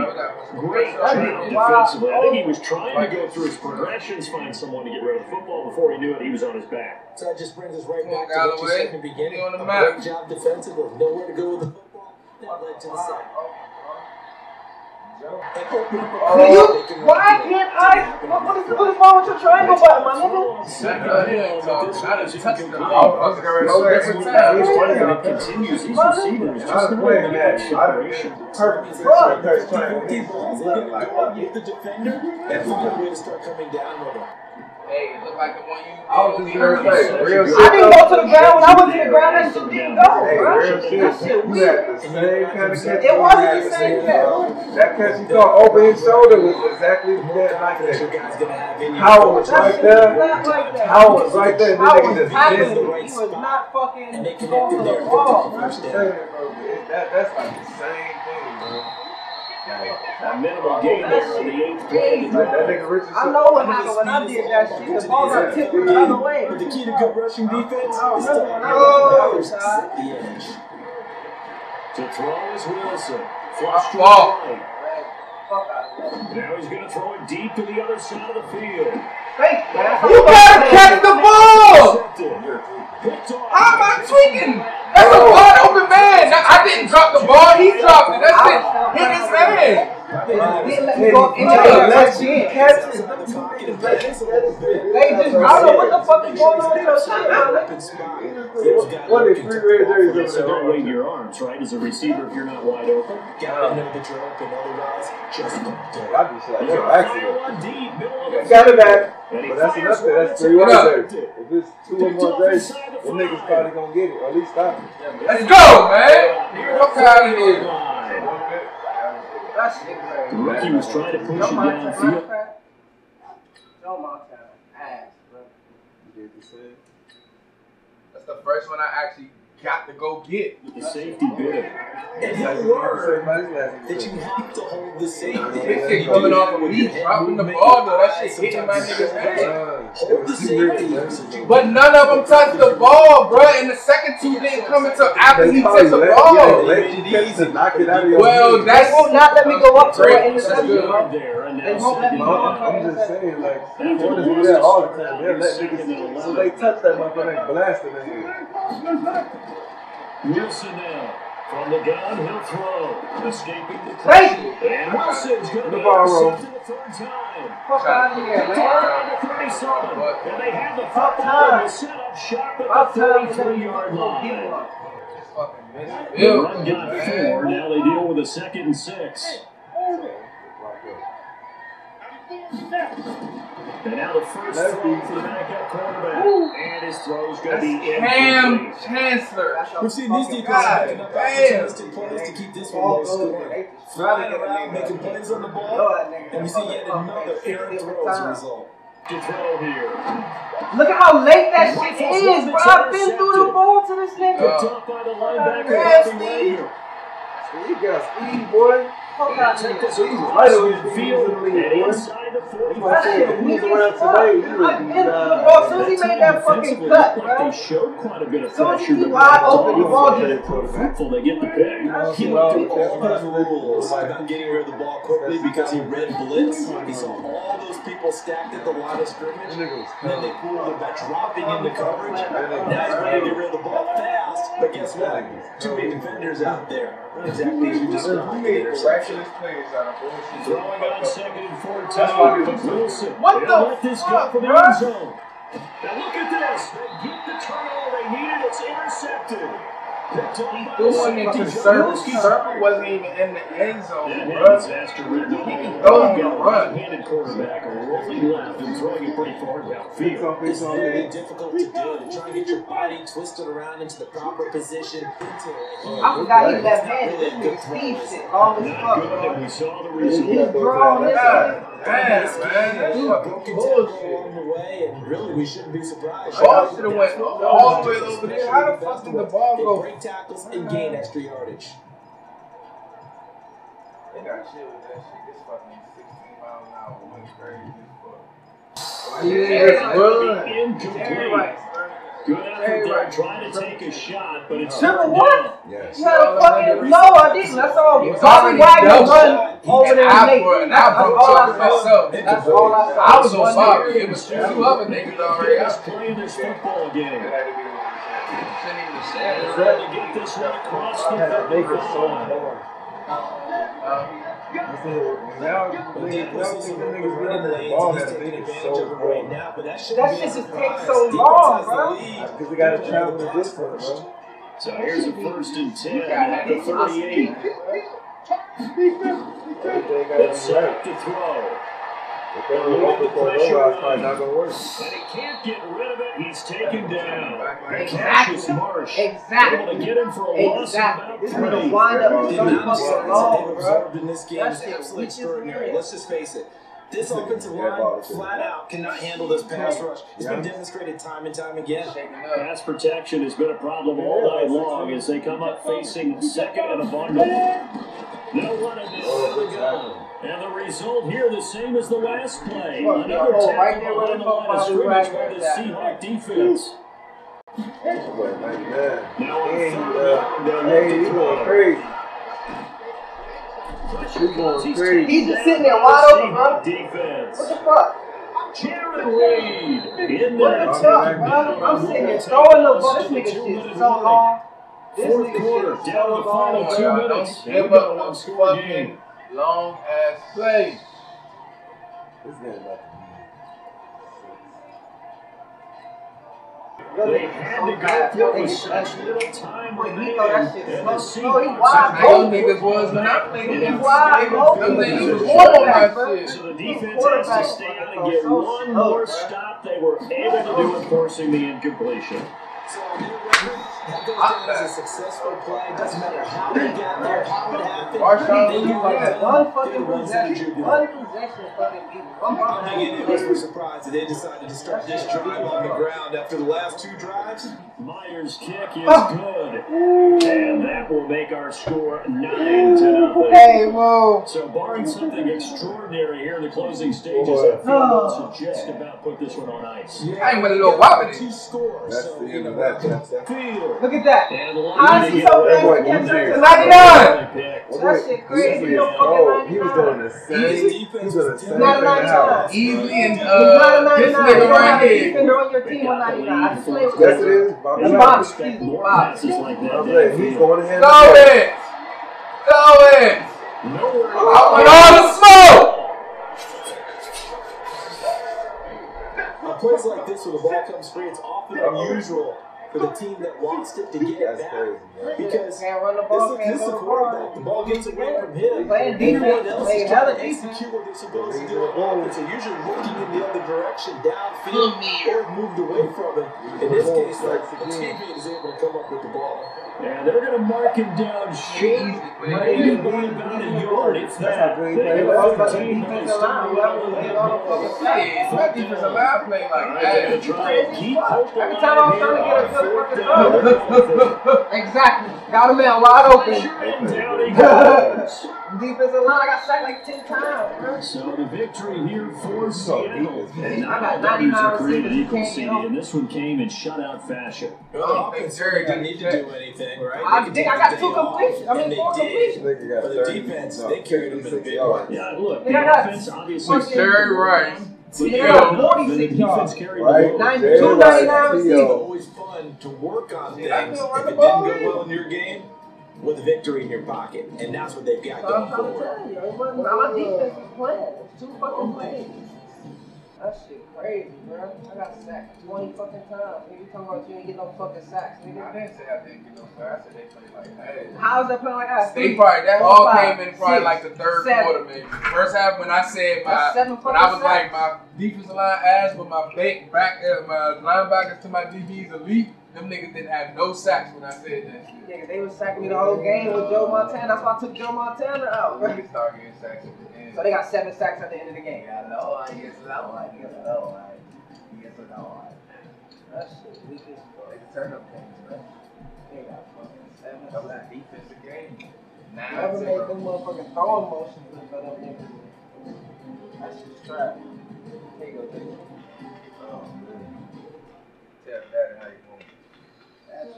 S8: Great job
S3: That's
S8: defensively. I think he was trying to go through his progressions, find someone to get rid of the football before he knew it. He was on his back.
S9: So that just brings us right
S3: Come on,
S9: back to what you said
S3: Galloway.
S9: in the beginning.
S3: You on the
S9: A
S3: map.
S9: great job defensively. Nowhere to go with the football. That led to the sack.
S3: Oh,
S9: They opened
S4: Can
S9: up a
S5: Oh,
S9: corner, they
S4: you,
S9: can
S4: why
S9: run it.
S4: can't I? What, what, is, what is wrong with your triangle button, my nigga?
S8: Second
S3: I
S8: down, but this one is
S3: just touched the
S8: incomplete.
S3: ball. No different
S8: He's
S3: time.
S8: playing and it continues. These receivers
S5: And I
S8: just
S5: was
S8: going to
S5: playing
S8: make
S5: that. I'd have
S8: separation.
S5: been perfect
S9: It's
S5: for
S9: like
S5: a
S9: they're
S5: third
S9: trying
S5: time.
S9: to beat balls and
S5: Like,
S9: then go
S5: like,
S9: with the defender. That's a good way to start coming down with them.
S3: Hey, it look like the one you did.
S5: I was just gonna say, real shit.
S4: I didn't go to the ground. When I went to the ground, that shit didn't go,
S5: Hey,
S4: bro.
S5: real
S4: That shit
S5: shit. You
S4: weird.
S5: had the same kind of catch.
S4: It wasn't
S5: you had
S4: the same
S5: seen,
S4: catch.
S5: bro. That catch you caught over his shoulder was exactly that like
S9: That
S5: that.
S9: your guy's gonna have in you.
S5: How towers right there.
S4: Not like that.
S5: Towers right there.
S4: I
S5: That nigga
S4: was
S5: just
S4: tapping.
S5: missed it.
S4: He was not fucking
S9: And they connected
S4: going to the
S9: there to
S4: wall.
S9: the
S5: I'm just saying, bro. it- That, that's like the same thing, bro. Like,
S8: A minimal gain there on the eighth play.
S5: like that nigga Richardson.
S4: I know what happened when I did that shit. The ball got tipped the other way.
S9: But the key to good rushing defense is to
S4: Oh,
S9: allow at the edge.
S8: To throw is Wilson.
S3: My
S8: Flush to the
S3: fault.
S8: right.
S4: Fuck out of here.
S8: Now he's going to throw it deep to the other side of the field.
S4: Thank you. man.
S3: You better catch the ball!
S8: Intercepted.
S5: You're a tweaker.
S8: Picked off.
S3: How am I tweaking? That's a wide open man. Now, I didn't drop the ball. He dropped it. That's it. Hit his man.
S4: They didn't let me go up in
S3: Yeah,
S4: there.
S3: that's
S9: Catch it. They
S4: They just, I don't know what the fuck is going on in those shit. man.
S5: What is three red jerseys over
S8: So
S5: there?
S8: don't wave
S5: right?
S8: your arms, right, as a receiver if you're not wide open.
S9: Gotta know that you're open, otherwise just don't do it.
S5: I just like,
S8: He's
S5: no
S8: gonna fire
S5: accident.
S8: one deep, middle of the
S5: You Got it back.
S8: And he
S5: But that's
S8: fires
S5: enough. That's
S8: one
S5: three
S8: to-
S5: red
S3: Yeah.
S5: jerseys. If it's two or more jerseys, the niggas probably gonna get it. Or at least stop it.
S3: Let's go, man. Fuck out of here.
S8: Line.
S4: That shit crazy.
S8: The rookie was trying to push
S4: Don't
S8: him
S4: mind time.
S8: downfield.
S4: Don't mind time. Ass, bro.
S5: You did the same.
S3: That's the first one I actually got to go get.
S8: The safety bid.
S9: And
S5: Like,
S9: you
S5: you did the
S9: were
S5: same as last
S9: that you
S5: year.
S9: have to hold the safety.
S3: This shit coming off of me dropping the ball, though. That shit hitting my nigga's head.
S5: Bruh, it
S9: Hold the
S5: was three red
S9: safety.
S5: jerseys.
S3: But none of them touched the ball, bruh. And the second two didn't come until after
S5: They
S3: he
S5: probably
S3: touched the
S5: let- yeah,
S3: ball.
S5: they let you catch it, knock it out of your
S3: Well,
S5: hand.
S4: They
S3: that's
S4: will not let me go up for an
S8: That's
S4: interception,
S8: good
S4: bro.
S8: up there. And
S4: They
S8: now
S4: won't let
S8: second
S4: me
S5: No,
S8: down.
S5: Uh, I'm just saying, like,
S8: That's what
S5: corners
S8: it
S5: do
S8: was
S5: that
S8: to
S5: all the
S8: start out
S5: time. They'll
S8: in
S5: let
S8: second and
S5: niggas, so they
S8: eleven.
S5: touch that motherfucker, they blast it in here.
S8: Wilson now. From the gun, he'll throw. Escaping the
S4: Thank
S8: crash.
S4: you.
S8: And Wilson's going to
S5: The
S8: be
S5: ball roll.
S8: intercepted the third time.
S4: Fuck out of here, man.
S8: And they have the
S4: Fuck
S8: football
S4: time.
S8: and set up shop at
S4: Fuck
S8: the
S4: time to let
S8: 33
S4: me
S8: yard
S4: fucking go get
S8: line.
S4: one.
S3: Just fucking missed the
S8: The
S3: field
S8: run
S3: goal,
S8: got
S3: man.
S8: four. Now they deal with a second and six. And now the first
S5: Lefty.
S8: throw for the backup quarterback. And his throw's going to be
S3: Cam
S8: incomplete.
S3: Chancellor.
S9: We've seen these defenses
S3: God
S9: picking up
S3: damn.
S9: opportunistic plays to keep this one low scoring. Flying around, making plays on the ball, and we see yet another errant throw as a result.
S8: To throw here.
S4: Look at how late that shit is, bro. I've been through the ball to this nigga.
S8: Picked up by the linebacker,
S4: Nasty.
S8: Bobby Wagner.
S5: You got speed, boy.
S4: Fuck out of here.
S5: Jesus, I know he's
S8: Field
S5: in the
S8: and
S5: league, boy.
S8: inside the
S4: That
S8: 45.
S4: shit weak as
S5: Around
S4: fuck.
S5: today, you would
S4: I've been
S5: be
S4: through the
S5: down.
S4: ball. As soon as he made that fucking cut, bro.
S8: They showed quite a bit of
S4: Soon as
S8: pressure.
S4: he
S8: but
S4: wide
S8: it was
S4: open, the
S8: all
S4: ball just-
S8: Fruitful, they get the pick.
S9: He went through all those rules about getting rid of the ball quickly because he read blitz. He saw all those people stacked at the line of scrimmage. Then they fooled him by dropping into coverage. Now he's ready to get rid of the ball fast. But guess what? Too many defenders out there. Exactly as you
S5: You
S9: described. the
S5: made
S9: interception.
S5: miraculous plays out of bullshit.
S8: Throwing on second and
S5: why we-
S8: 14. But Wilson.
S4: What
S8: they
S4: the
S8: let this go
S4: fuck,
S8: for the
S4: bruh?
S8: end zone. Now look at this. They get the turnover they needed. It's intercepted. Picked up by
S3: The one
S8: safety,
S3: into
S8: Joe
S3: circle.
S8: Wilson.
S3: Circle wasn't even in the end zone,
S8: That
S3: bro.
S8: happens after Ridley Hall.
S3: Go on the run.
S8: Right-handed quarterback rolling left and throwing it pretty far
S5: Face
S8: downfield.
S5: on,
S9: It's
S5: face on,
S9: very
S5: man.
S9: difficult to do to try and get your body twisted around into the proper position.
S4: I forgot he left handed. This nigga speed shit. Long as
S8: Not
S4: fuck,
S8: good
S4: bro.
S8: that we saw the
S4: He's
S8: result.
S4: drawn this
S3: God
S4: nigga.
S3: damn, man. That's
S9: Dude,
S3: fucking
S9: broken tackle
S3: bullshit.
S9: along the way, and really we shouldn't be surprised.
S3: Ball should have went all the way over there. How the fuck did the ball
S9: They
S3: go?
S9: break tackles and gain extra yardage.
S3: They got shit with that shit. This fucking 16 miles an hour went crazy as fuck.
S4: Yes,
S8: Incomplete. Good effort there, trying to take a shot, but it's
S4: Number
S8: down.
S4: one.
S5: Yes.
S4: You had a fucking no, I didn't. That's all.
S3: It's already
S4: Bobby Wagner
S3: double.
S4: run over there
S3: I
S4: late.
S3: brought- and I
S4: That's
S3: brought
S4: all
S3: it
S4: I
S3: up
S4: saw.
S3: myself.
S4: That's all I saw.
S3: I was on Bobby. It was two other niggas already
S8: He's
S3: out.
S8: playing this football game.
S3: Shouldn't even
S8: And
S3: say
S8: they're
S3: it.
S8: going to get this one across the
S5: I had to make it so
S8: 35.
S5: hard. I said, now, now,
S9: But
S5: niggas,
S9: that
S5: now,
S9: was
S5: see
S9: some
S5: the
S9: of the
S5: niggas
S9: run
S5: running the
S9: lanes
S5: ball,
S9: and he's
S5: that
S9: taking
S5: thing is
S9: advantage of
S5: so
S9: it right
S5: hard.
S9: now. But that
S4: That
S9: shouldn't be a
S4: shit just
S9: surprise.
S4: takes so
S9: Defense
S4: long,
S9: is
S4: bro.
S9: the lead.
S5: Because they got to
S9: They're
S5: travel
S9: the
S5: the
S9: box
S5: distance,
S9: first.
S5: bro.
S8: So here's a first and 10 at the 38.
S5: Everything got
S8: It's
S5: to be right.
S8: set to throw.
S5: If they don't want to throw it over, it's probably not going to work.
S8: But he can't get rid of it. He's taken down. Cassius Marsh. Able to
S4: Exactly.
S8: get him for a loss of about
S4: Exactly. This nigga
S8: three.
S4: wind up
S9: The
S4: so
S9: amount of
S4: fucking
S9: sacks that
S4: long,
S9: they've
S4: bro.
S9: absorbed in this game
S4: That
S9: is
S4: shit
S9: absolutely
S4: weak as
S9: extraordinary.
S4: hell.
S9: Let's just face it. This offensive line flat out cannot handle this pass rush. It's been demonstrated time and time again.
S8: Pass protection has been a problem all night long as they come up facing second and a bundle. No running this out of the gun. And the result here the same as the last play. Another tackle on the line of scrimmage by the Seahawk defense. Now on
S5: uh,
S8: third down, they'll look
S5: crazy.
S8: to
S5: going
S8: throw.
S5: crazy.
S4: He's just sitting there wide open, bro.
S8: Seahawk defense.
S4: What the fuck?
S8: Jared Wade in
S4: What
S8: there.
S4: the fuck, bro? I'm sitting here throwing the ball. This nigga shit is so long. This
S8: Fourth
S4: nigga
S8: quarter,
S4: shit is
S8: down to
S4: so
S8: the final
S4: long. Oh
S8: two
S3: Y'all
S8: minutes.
S3: don't
S8: And we've
S3: give
S8: got a
S3: up
S8: one
S3: on
S8: score game.
S3: fucking long ass plays.
S5: This nigga about
S8: They had to
S4: Yo,
S8: go for
S4: nigga,
S8: it with
S4: so fast.
S8: such little time
S4: When he
S8: remaining.
S4: throw that shit
S8: And the
S4: slow, slow, he
S8: Seahawks
S4: wide
S8: are
S3: How you
S4: open.
S3: niggas was when I played
S8: It's
S3: them
S4: wide
S3: niggas.
S4: open.
S3: Them niggas was
S8: It's
S3: horrible
S4: quarterback,
S3: that shit.
S8: So the defense has to stay out and get one more stop. They were able to do it, forcing the incompletion.
S9: So here we go. That goes down as a successful play. Doesn't matter how they got there, how it happened.
S3: Marshawn
S9: They
S3: Lynch
S9: knew
S3: like
S9: what
S3: that.
S9: to do.
S4: One
S9: They
S4: fucking
S9: were
S4: possession.
S9: executing.
S4: One possession fucking beat. Come
S9: I'm not getting any
S4: on.
S9: much surprise that they decided to start this drive on the ground after the last two drives.
S8: Myers' kick is
S4: Ah.
S8: good. And that will make our score 9 to nothing.
S4: Hey, whoa.
S8: So barring something extraordinary here in the closing stages, that field
S4: Oh.
S8: goal should just about put this one on ice.
S3: I ain't with a little wop in
S9: Two
S3: it.
S9: scores.
S5: That's
S9: so,
S5: the
S9: you
S5: end
S9: know,
S5: of that. That's that.
S8: Field.
S4: Look at that.
S8: And
S4: How is
S8: lining
S4: he
S8: it
S4: so
S8: up.
S4: fast to catch up to 99?
S8: Early pick.
S4: That shit crazy. He don't
S5: Oh,
S4: fucking
S5: he was
S4: 99.
S5: doing the same. He was doing the same.
S4: Not a
S5: thing now.
S4: 99.
S3: Easy and
S4: He's not a
S3: uh, this nigga
S4: 99. You don't have
S3: right
S4: a
S3: here.
S4: defender on your team on 99. I just play with
S5: Yes, it
S4: you.
S5: is. Bobby
S8: It's
S5: Wagner.
S8: not
S4: Bob.
S8: expect
S4: Excuse me,
S8: more
S4: Bob.
S8: passes like
S5: I'm
S8: that.
S5: glad he's going ahead. and-
S3: Go it. Go it.
S8: Nowhere
S3: I want all the smoke.
S9: On plays like this, when the ball comes free, it's often unusual for the team that lost it to get it
S5: That's
S9: back.
S5: crazy, man.
S9: Because
S4: Can't run the
S9: This
S4: ball.
S9: is,
S4: Can't
S9: this
S4: throw
S9: is the
S4: the ball.
S9: quarterback. The ball gets away from him.
S4: Playing
S9: Everyone
S4: defense,
S9: else
S4: playing
S9: is trying
S4: hella
S9: to
S4: defense.
S9: execute what they're supposed to do on offense. They're usually looking in the other direction, downfield, or moved away from it. In this case, like, Octavian is able to come up with the ball.
S8: And they're going to mark him down short. Maybe by about a yard. It's that. They
S4: They
S8: have
S4: lost by the
S8: 15
S4: defense
S8: minutes
S4: line.
S8: to
S4: Whoever was getting all the fucking sacks.
S3: Yeah, my defense allowed play like
S8: They're going
S3: that.
S8: to try and keep hope
S4: Every time I was
S8: alive
S4: trying to get a
S8: here
S4: good
S8: on
S4: fucking
S8: fourth
S4: throw.
S8: down.
S4: Exactly. Got a man wide open.
S8: And down
S5: (laughs)
S8: he goes.
S4: Defensive line, I got sacked like 10 times, bro.
S8: So the victory here for
S5: So
S8: Seattle.
S5: deep, man.
S8: And
S4: I
S8: not
S4: got
S8: all W's are
S4: 99
S8: created
S4: receivers,
S8: equal,
S4: you can't
S8: CD,
S4: get off.
S8: and this one came in shutout fashion.
S3: don't
S9: The
S3: think
S9: offense
S3: Jerry
S9: didn't need to
S3: did.
S9: do anything, right?
S4: I
S9: They could
S4: think I
S9: take
S4: got
S9: the
S4: two
S9: day off,
S4: completions. I
S9: and
S4: mean,
S9: they
S4: four
S9: did.
S4: completions.
S5: Nigga got
S9: For the
S5: 30,
S9: defense,
S5: no,
S9: they carried him in the
S5: 56
S9: big
S5: yards.
S8: Yeah, look,
S4: Yeah,
S8: the
S4: that's-
S8: offense obviously.
S4: Fucking-
S3: Jerry Rice.
S8: But
S4: Yeah,
S8: yeah,
S4: 46
S8: the defense
S4: yards.
S8: carried the
S5: Right?
S8: load.
S4: Nine-
S5: Jerry
S4: two
S5: Rice,
S4: ninety-nine
S5: T.O.
S9: It's always fun to work on things.
S4: I
S9: If
S4: feel
S9: it
S4: like
S9: didn't
S4: the ball
S9: go
S4: is-
S9: well in your game, with a victory in your pocket, and that's what they've got
S4: So I'm
S9: going
S4: trying to
S9: forward.
S4: tell you, it wasn't my defense was playing. It was two fucking plays. That shit crazy, bro. I got sacked 20 fucking times. Nigga, you talking about you ain't get no fucking sacks,
S3: I
S4: nigga.
S3: didn't say I didn't get no sack. I said they played like that.
S4: How is that playing like that?
S3: They probably that
S4: Four,
S3: all
S4: five,
S3: came in probably
S4: six,
S3: like the third
S4: seven.
S3: quarter, maybe. First half when I said my
S4: That's seven
S3: when I was
S4: fucking
S3: like my defensive line ass, but my back back uh, my linebackers to my DBs elite. Them niggas didn't have no sacks when I said that shit.
S4: Nigga, they was sacking me the whole game with Joe Montana. That's why I took Joe Montana out, bro.
S3: Niggas started getting sacks at the end.
S4: So they got seven sacks at the end of the game.
S3: Yeah, I know. I guess that one.
S4: Yes, Lord. Yes, Lord. That shit weak as fuck.
S3: They turn up games, man.
S4: They got fucking seven
S3: That was
S4: sacks.
S3: a defensive game. Nine
S4: Whoever made
S3: zero.
S4: them motherfucking throwing motions and for them niggas. That shit's trash. Here you go, dude.
S3: Oh, man. Tell daddy how you doing.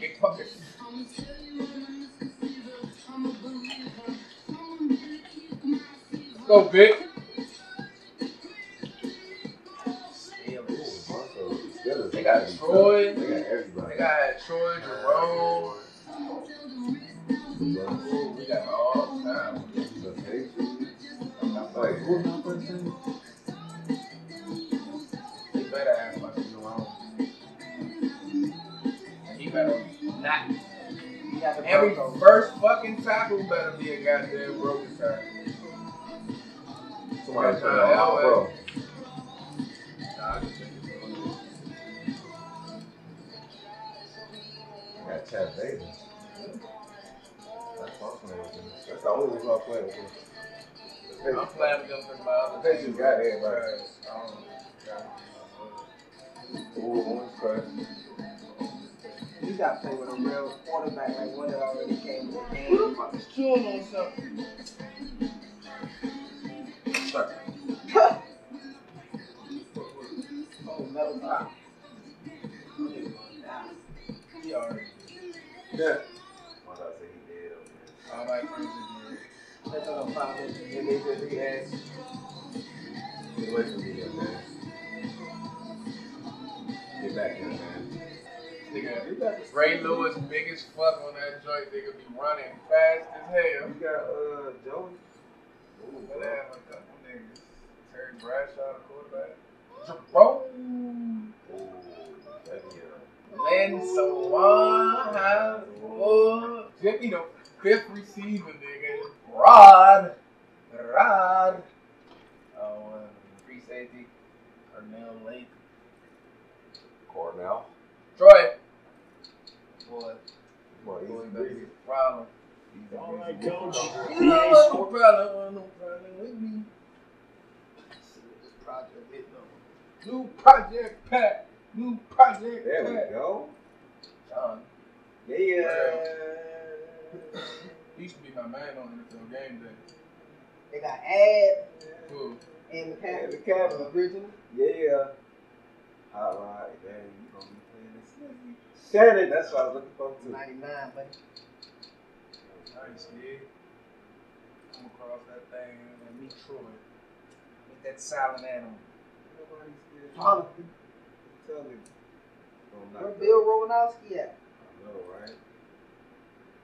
S3: Big fuckers. Let's go, bitch.
S5: Ooh, Bronco, Steelers,
S3: They got
S5: be tough.
S3: Troy.
S5: They got
S3: We
S5: everybody.
S3: got Troy, Jerome.
S5: Bronco,
S3: We got all time.
S5: the Patriots. I'm not playing. Who's my person?
S3: They better have fucking Jerome. And He better not.
S4: You got the
S3: Every
S4: Broncos.
S3: first fucking tackle better be a goddamn broken tackle.
S5: Somebody put it on my bro.
S3: Nah, I just think it's gonna
S5: I got Chad Davis. That's my plan. That's playing with them. They,
S3: I'm playing with them for miles.
S5: they just got everybody.
S3: Um,
S5: Ooh, one's crazy.
S7: You gotta play with a real quarterback like one that already came in the game.
S3: fuck is chewing on something?
S7: Oh, metal top.
S3: He already.
S5: Yeah. Once I say he did,
S3: I like crazy dude.
S7: That's what I'm finding.
S5: And they said he asked, get away from me, young man. Get back, young man.
S3: Nigga,
S5: You got, this-
S3: Ray Lewis, big as fuck on that joint. Nigga be running fast as hell.
S5: you got uh, Joey.
S3: But I have a couple niggas. Terry Bradshaw, the quarterback. Jerome.
S5: Ooh, that'd be, uh,
S3: Len Sawan has four. Jimmy the fifth receiver, nigga. Rod. Rod. Oh, uh, free safety. Cornell Lake.
S5: Cornell.
S3: Troy. Boy,
S5: Come
S3: boy,
S5: on, he's
S3: that's his
S5: breathing.
S3: problem.
S8: All right, coach.
S3: You know,
S8: EA
S3: I
S8: Sports.
S3: don't problem, no problem with me. See what this project hit though. New project pack. New project
S5: There
S3: pack.
S5: we go.
S7: uh,
S3: John,
S5: Yeah.
S3: he used to be my man on NFL game day.
S7: They got Ad
S3: Cool.
S7: and the Pat.
S5: The cat was original. Yeah. All right, man. You gonna be playing this? Shannon, that's what I was looking forward to.
S7: 99, but
S3: Nice, kid. Come across that thing and meet Troy. With that silent animal.
S5: Nobody's scared.
S7: Paul,
S5: Tell me. Gonna knock
S7: where
S5: that-
S7: Bill Romanowski at?
S5: I know, right?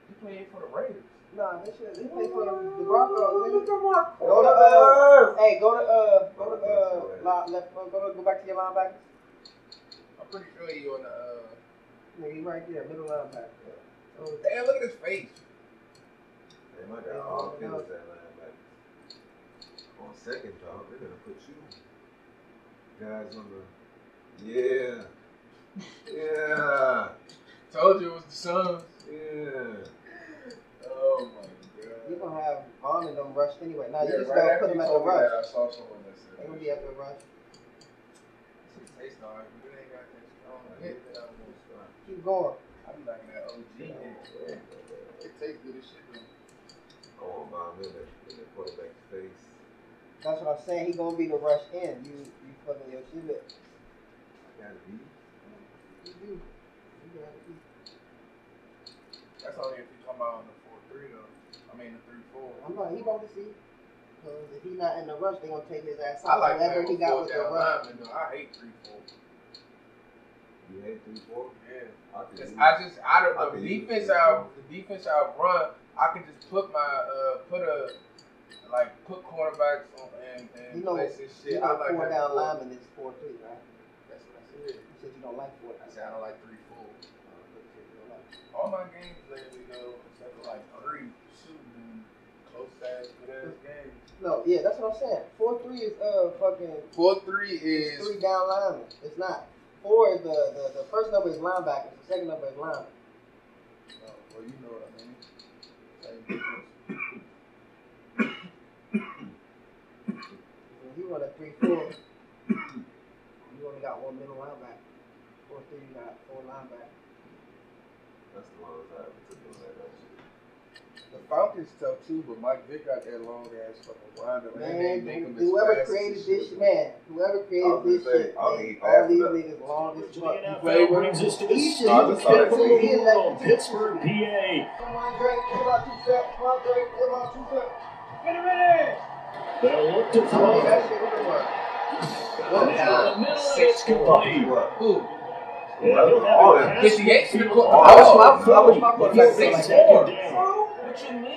S3: He played for the Raiders.
S7: Nah, they should. They play for the, the Broncos. nigga.
S5: Go to
S7: uh,
S5: Earth.
S7: Hey, go to uh, go to uh, line, left, uh, go to go back to your linebacker.
S3: I'm pretty sure he on the. Uh,
S7: Nigga, he right there, middle linebacker.
S3: oh, damn, look at his face.
S5: They might got all fields that line, like on second dog, they're gonna put you guys on the yeah, yeah,
S3: Told you it was the Suns.
S5: yeah.
S3: Oh my
S7: You're
S3: god.
S7: gonna have Vaughn and them rushed anyway. Now you
S3: Yeah,
S7: just
S3: right
S7: gotta
S3: after
S7: put them
S3: you
S7: at the
S3: told me
S7: rush.
S3: that, I saw someone that said
S7: They're gonna
S3: that.
S7: be at the rush.
S3: Shit tastes all right, but it ain't got that strong hit that I want.
S7: Keep going.
S3: I'm like that OG nigga. It tastes good as shit though.
S5: Going by him in the, in the quarterback's face.
S7: That's what I'm saying. He gonna be the rush in. You you fucking your shit up.
S5: Gotta be.
S7: You do. You gotta be.
S3: That's only if you come out on the four three though. I mean the three four.
S7: I'm not. He gonna see. Cause if he not in the rush, they gonna take his ass
S3: I
S7: out.
S3: like
S7: Whatever he
S3: playing with four
S7: got with the
S3: down
S7: rush.
S3: linemen though. I hate three four.
S5: You hate three four?
S3: Yeah.
S5: I could
S3: Cause
S5: do
S3: I just I
S5: I
S3: don't the
S5: can use
S3: defense
S5: it.
S3: I the defense I run I can just put my uh put a like put cornerbacks on and, and
S7: You know-
S3: place and shit.
S7: You
S3: I
S7: know,
S3: like
S7: four
S3: that
S7: down
S3: four.
S7: lineman is four three, right?
S3: That's what I said.
S7: You said you don't like four.
S3: I
S7: I
S3: said I don't like three four.
S7: don't like.
S3: All my games lately though, except for like three, two, and close ass good ass games.
S7: No, yeah, that's what I'm saying. Four three is uh fucking
S3: Four three
S7: it's three down linemen. It's not. Four is the, the, the first number is linebacker, the second number is lineman.
S3: Oh, well, you know what I mean. Same difference.
S7: When you run a three four, you only got one middle linebacker. Four three you got four linebackers.
S5: That's the longest I ever took doing that. though.
S3: The Falcons tough too, but Mike Vick got that long ass fucking wind up.
S7: Man, whoever created this man, whoever
S5: I
S7: created
S5: was
S7: this
S5: gonna say,
S7: shit,
S5: I
S7: made
S5: mean,
S7: all these
S5: I-
S7: niggas long as fuck.
S8: The
S3: play
S8: NFL brings us to the
S7: Each
S8: state
S5: of these
S8: capital of the
S7: kids-
S8: world, Pittsburgh, PA.
S7: Come on, Drake, give out two steps. Come on, Drake, give out two steps. Wait a minute.
S8: They'll look to
S7: I mean,
S8: throw.
S7: that shit was work.
S8: Now the middle and it's complete.
S5: What?
S3: Who?
S8: And he'll
S5: Oh,
S8: have a pass
S3: 58 to the quarter.
S5: Oh,
S8: field.
S5: I wish my- I wish my
S8: Forty.
S5: quarterback
S8: Second
S3: was
S8: down.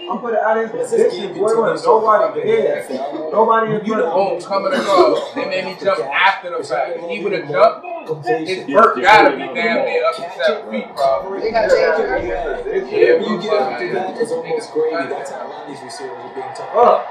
S5: I'm putting out his
S9: Let's just give
S5: position,
S9: it
S5: boy.
S9: to
S5: when
S9: him.
S5: Nobody
S9: (laughs)
S5: cares. Nobody in
S9: You
S5: front of
S9: don't-
S3: Boom, coming across. They made me jump after the fact. If he would have jumped, his
S9: Completion.
S3: vert gotta be damn near up to seven feet, probably.
S7: They
S5: Yeah,
S7: got Jay Jerry.
S5: yeah,
S3: Yeah,
S5: yeah.
S9: When you get out to that, it's almost gravy. That's how a lot of these receivers are being tough.
S5: Up.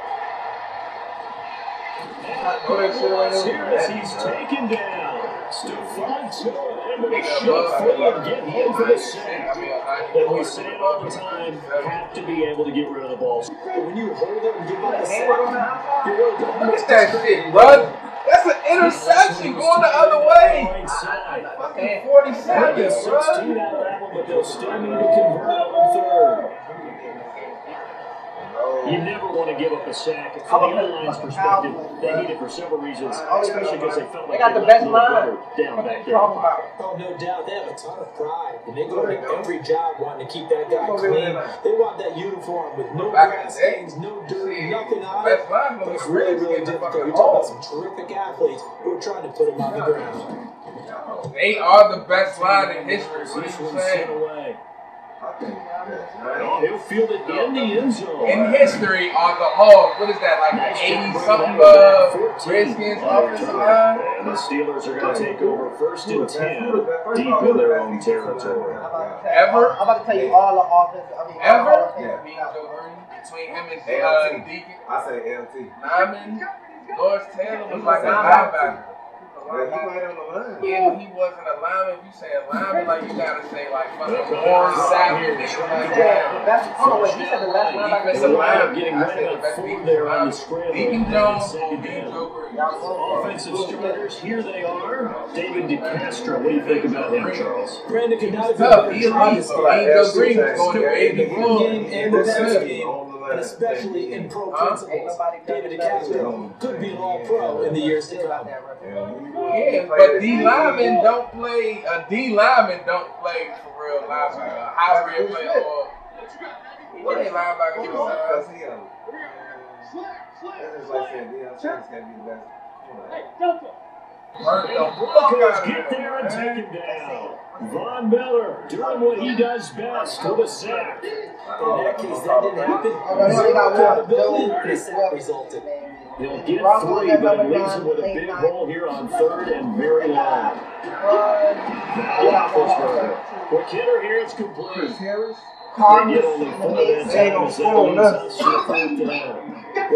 S8: Here's he's taken down. Stefanski able to shoot free and get in for the sack. And we say it all the time, have to be able to get rid of the ball. When you hold it and give up the sack, you're really
S3: Look at that shit, bro. That's an interception going the other way.
S8: Right side.
S3: Fucking
S8: They'll get
S3: 47,
S8: 16
S3: bro.
S8: out of that one, but they'll still need to convert on third. You never want to give up a sack. From the other line's perspective, they need it for several reasons, especially because they felt like
S4: They got the
S8: left
S4: best
S8: no
S4: line.
S8: rubber down
S4: What
S8: back
S4: you
S8: there.
S4: talking about?
S9: Oh, no doubt. They have a ton of pride. And they go to every job wanting to keep that guy clean. They want that uniform with no
S3: Back in the
S9: grass
S3: day,
S9: stains, no dirt, nothing on it.
S3: Best line
S9: But
S3: was
S9: it's really, really
S3: the
S9: difficult.
S3: fucking
S9: You're talking
S3: hole.
S9: about some terrific athletes who are trying to put him on the ground.
S3: They are the best line in history. What
S8: This
S3: are you
S8: one's sent
S3: saying?
S8: away.
S5: I think that's
S8: Oh,
S5: right.
S8: He'll field it in the end zone.
S3: In history, on the whole, what is that, like
S8: Nice
S3: the
S8: job
S3: 80
S8: bringing
S3: something
S8: that one down,
S3: uh,
S8: 14.
S3: Redskins offensive line?
S8: And the Steelers are going to take over first and 10
S5: First
S8: deep
S5: of all,
S8: in their
S5: that's
S8: own
S5: the defensive
S8: territory.
S5: line.
S3: Ever?
S7: I'm about to tell you all the offense. I mean,
S3: Ever?
S7: All the
S5: Yeah.
S7: offense.
S3: Mean Joe Green, Between him and uh,
S5: Hey,
S3: Deacon
S5: I say LT.
S3: Nyman, Lawrence Taylor was like a linebacker.
S5: Yeah, he played on the line.
S3: Yeah, but he wasn't a lineman. If you say a lineman, like you gotta say like fucking Warren Sapp, niggas like
S7: Yeah,
S3: that.
S7: that's oh, wait, he said the last line.
S8: They
S3: Defensive
S8: wound up
S3: lineman.
S8: getting
S3: I
S8: right
S3: said the
S8: about
S3: best
S8: four
S3: defensive
S8: there on the
S3: lineman.
S8: scramble.
S3: Deacon Jones or
S8: Second
S3: Dean
S8: down.
S3: Joe Green.
S8: Offensive starters, here they are. David DeCastro, what do you think about him, Charles?
S9: Brandon Canadio
S3: Tough. He a leader.
S9: is
S5: like
S3: Dean Joe
S5: L.C.
S3: Green was going to
S5: saying,
S3: eighty
S9: in the run game
S3: one.
S9: and the pass
S5: Listen,
S9: game,
S5: on the line.
S9: and especially in pro
S3: Huh?
S9: principles. David DeCastro could be an all-pro in the years to come.
S3: Yeah, but D linemen don't play. A D lineman don't play for real linebacker. A hybrid player or what they linebacker do? uh,
S5: That's him. That's just like saying Deion Sanders gotta be the best. Come on.
S3: Burn the fuck
S8: Broncos
S3: out of
S8: get there and
S3: him,
S8: take him down. Von Miller doing what he does best with a sack.
S9: In that case, that didn't happen.
S5: Oh,
S9: Zero accountability, and a sack resulted.
S8: He'll get three, but it leaves him with a big hole here on third and very long. Roethlisberger. For Kidder here, it's complete. They get only four minutes out of this inning. It's not fourth down.
S9: What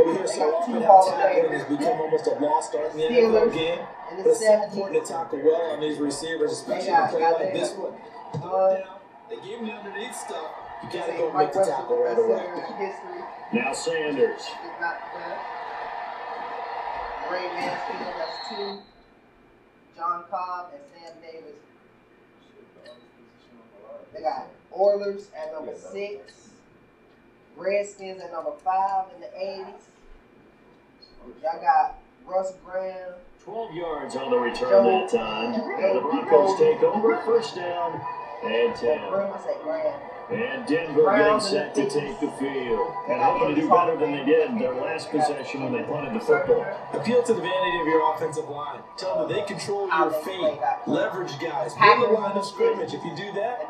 S9: we hear so often how tackling has become almost a lost art in the NFL game. But it's so important to tackle well on these receivers, especially in a play like this one. Third down, They gave him the underneath stuff. You gotta go make the tackle right away.
S4: History
S8: Now Sanders.
S4: is not good. Ray Mansfield has two. John Cobb and Sam Davis. They got Oilers at number six. Redskins at number five in the 80s. Y'all got Russ Graham.
S8: 12 yards on the return that time. And the Broncos take over. First down and 10.
S4: Graham, I say Graham.
S8: And Denver getting set to take the field. And hoping to do better than they did in their last possession when they punted the football.
S9: Appeal to the vanity of your offensive line. Tell them that they control your fate. Leverage guys. Build the line of scrimmage. If you do that,
S4: The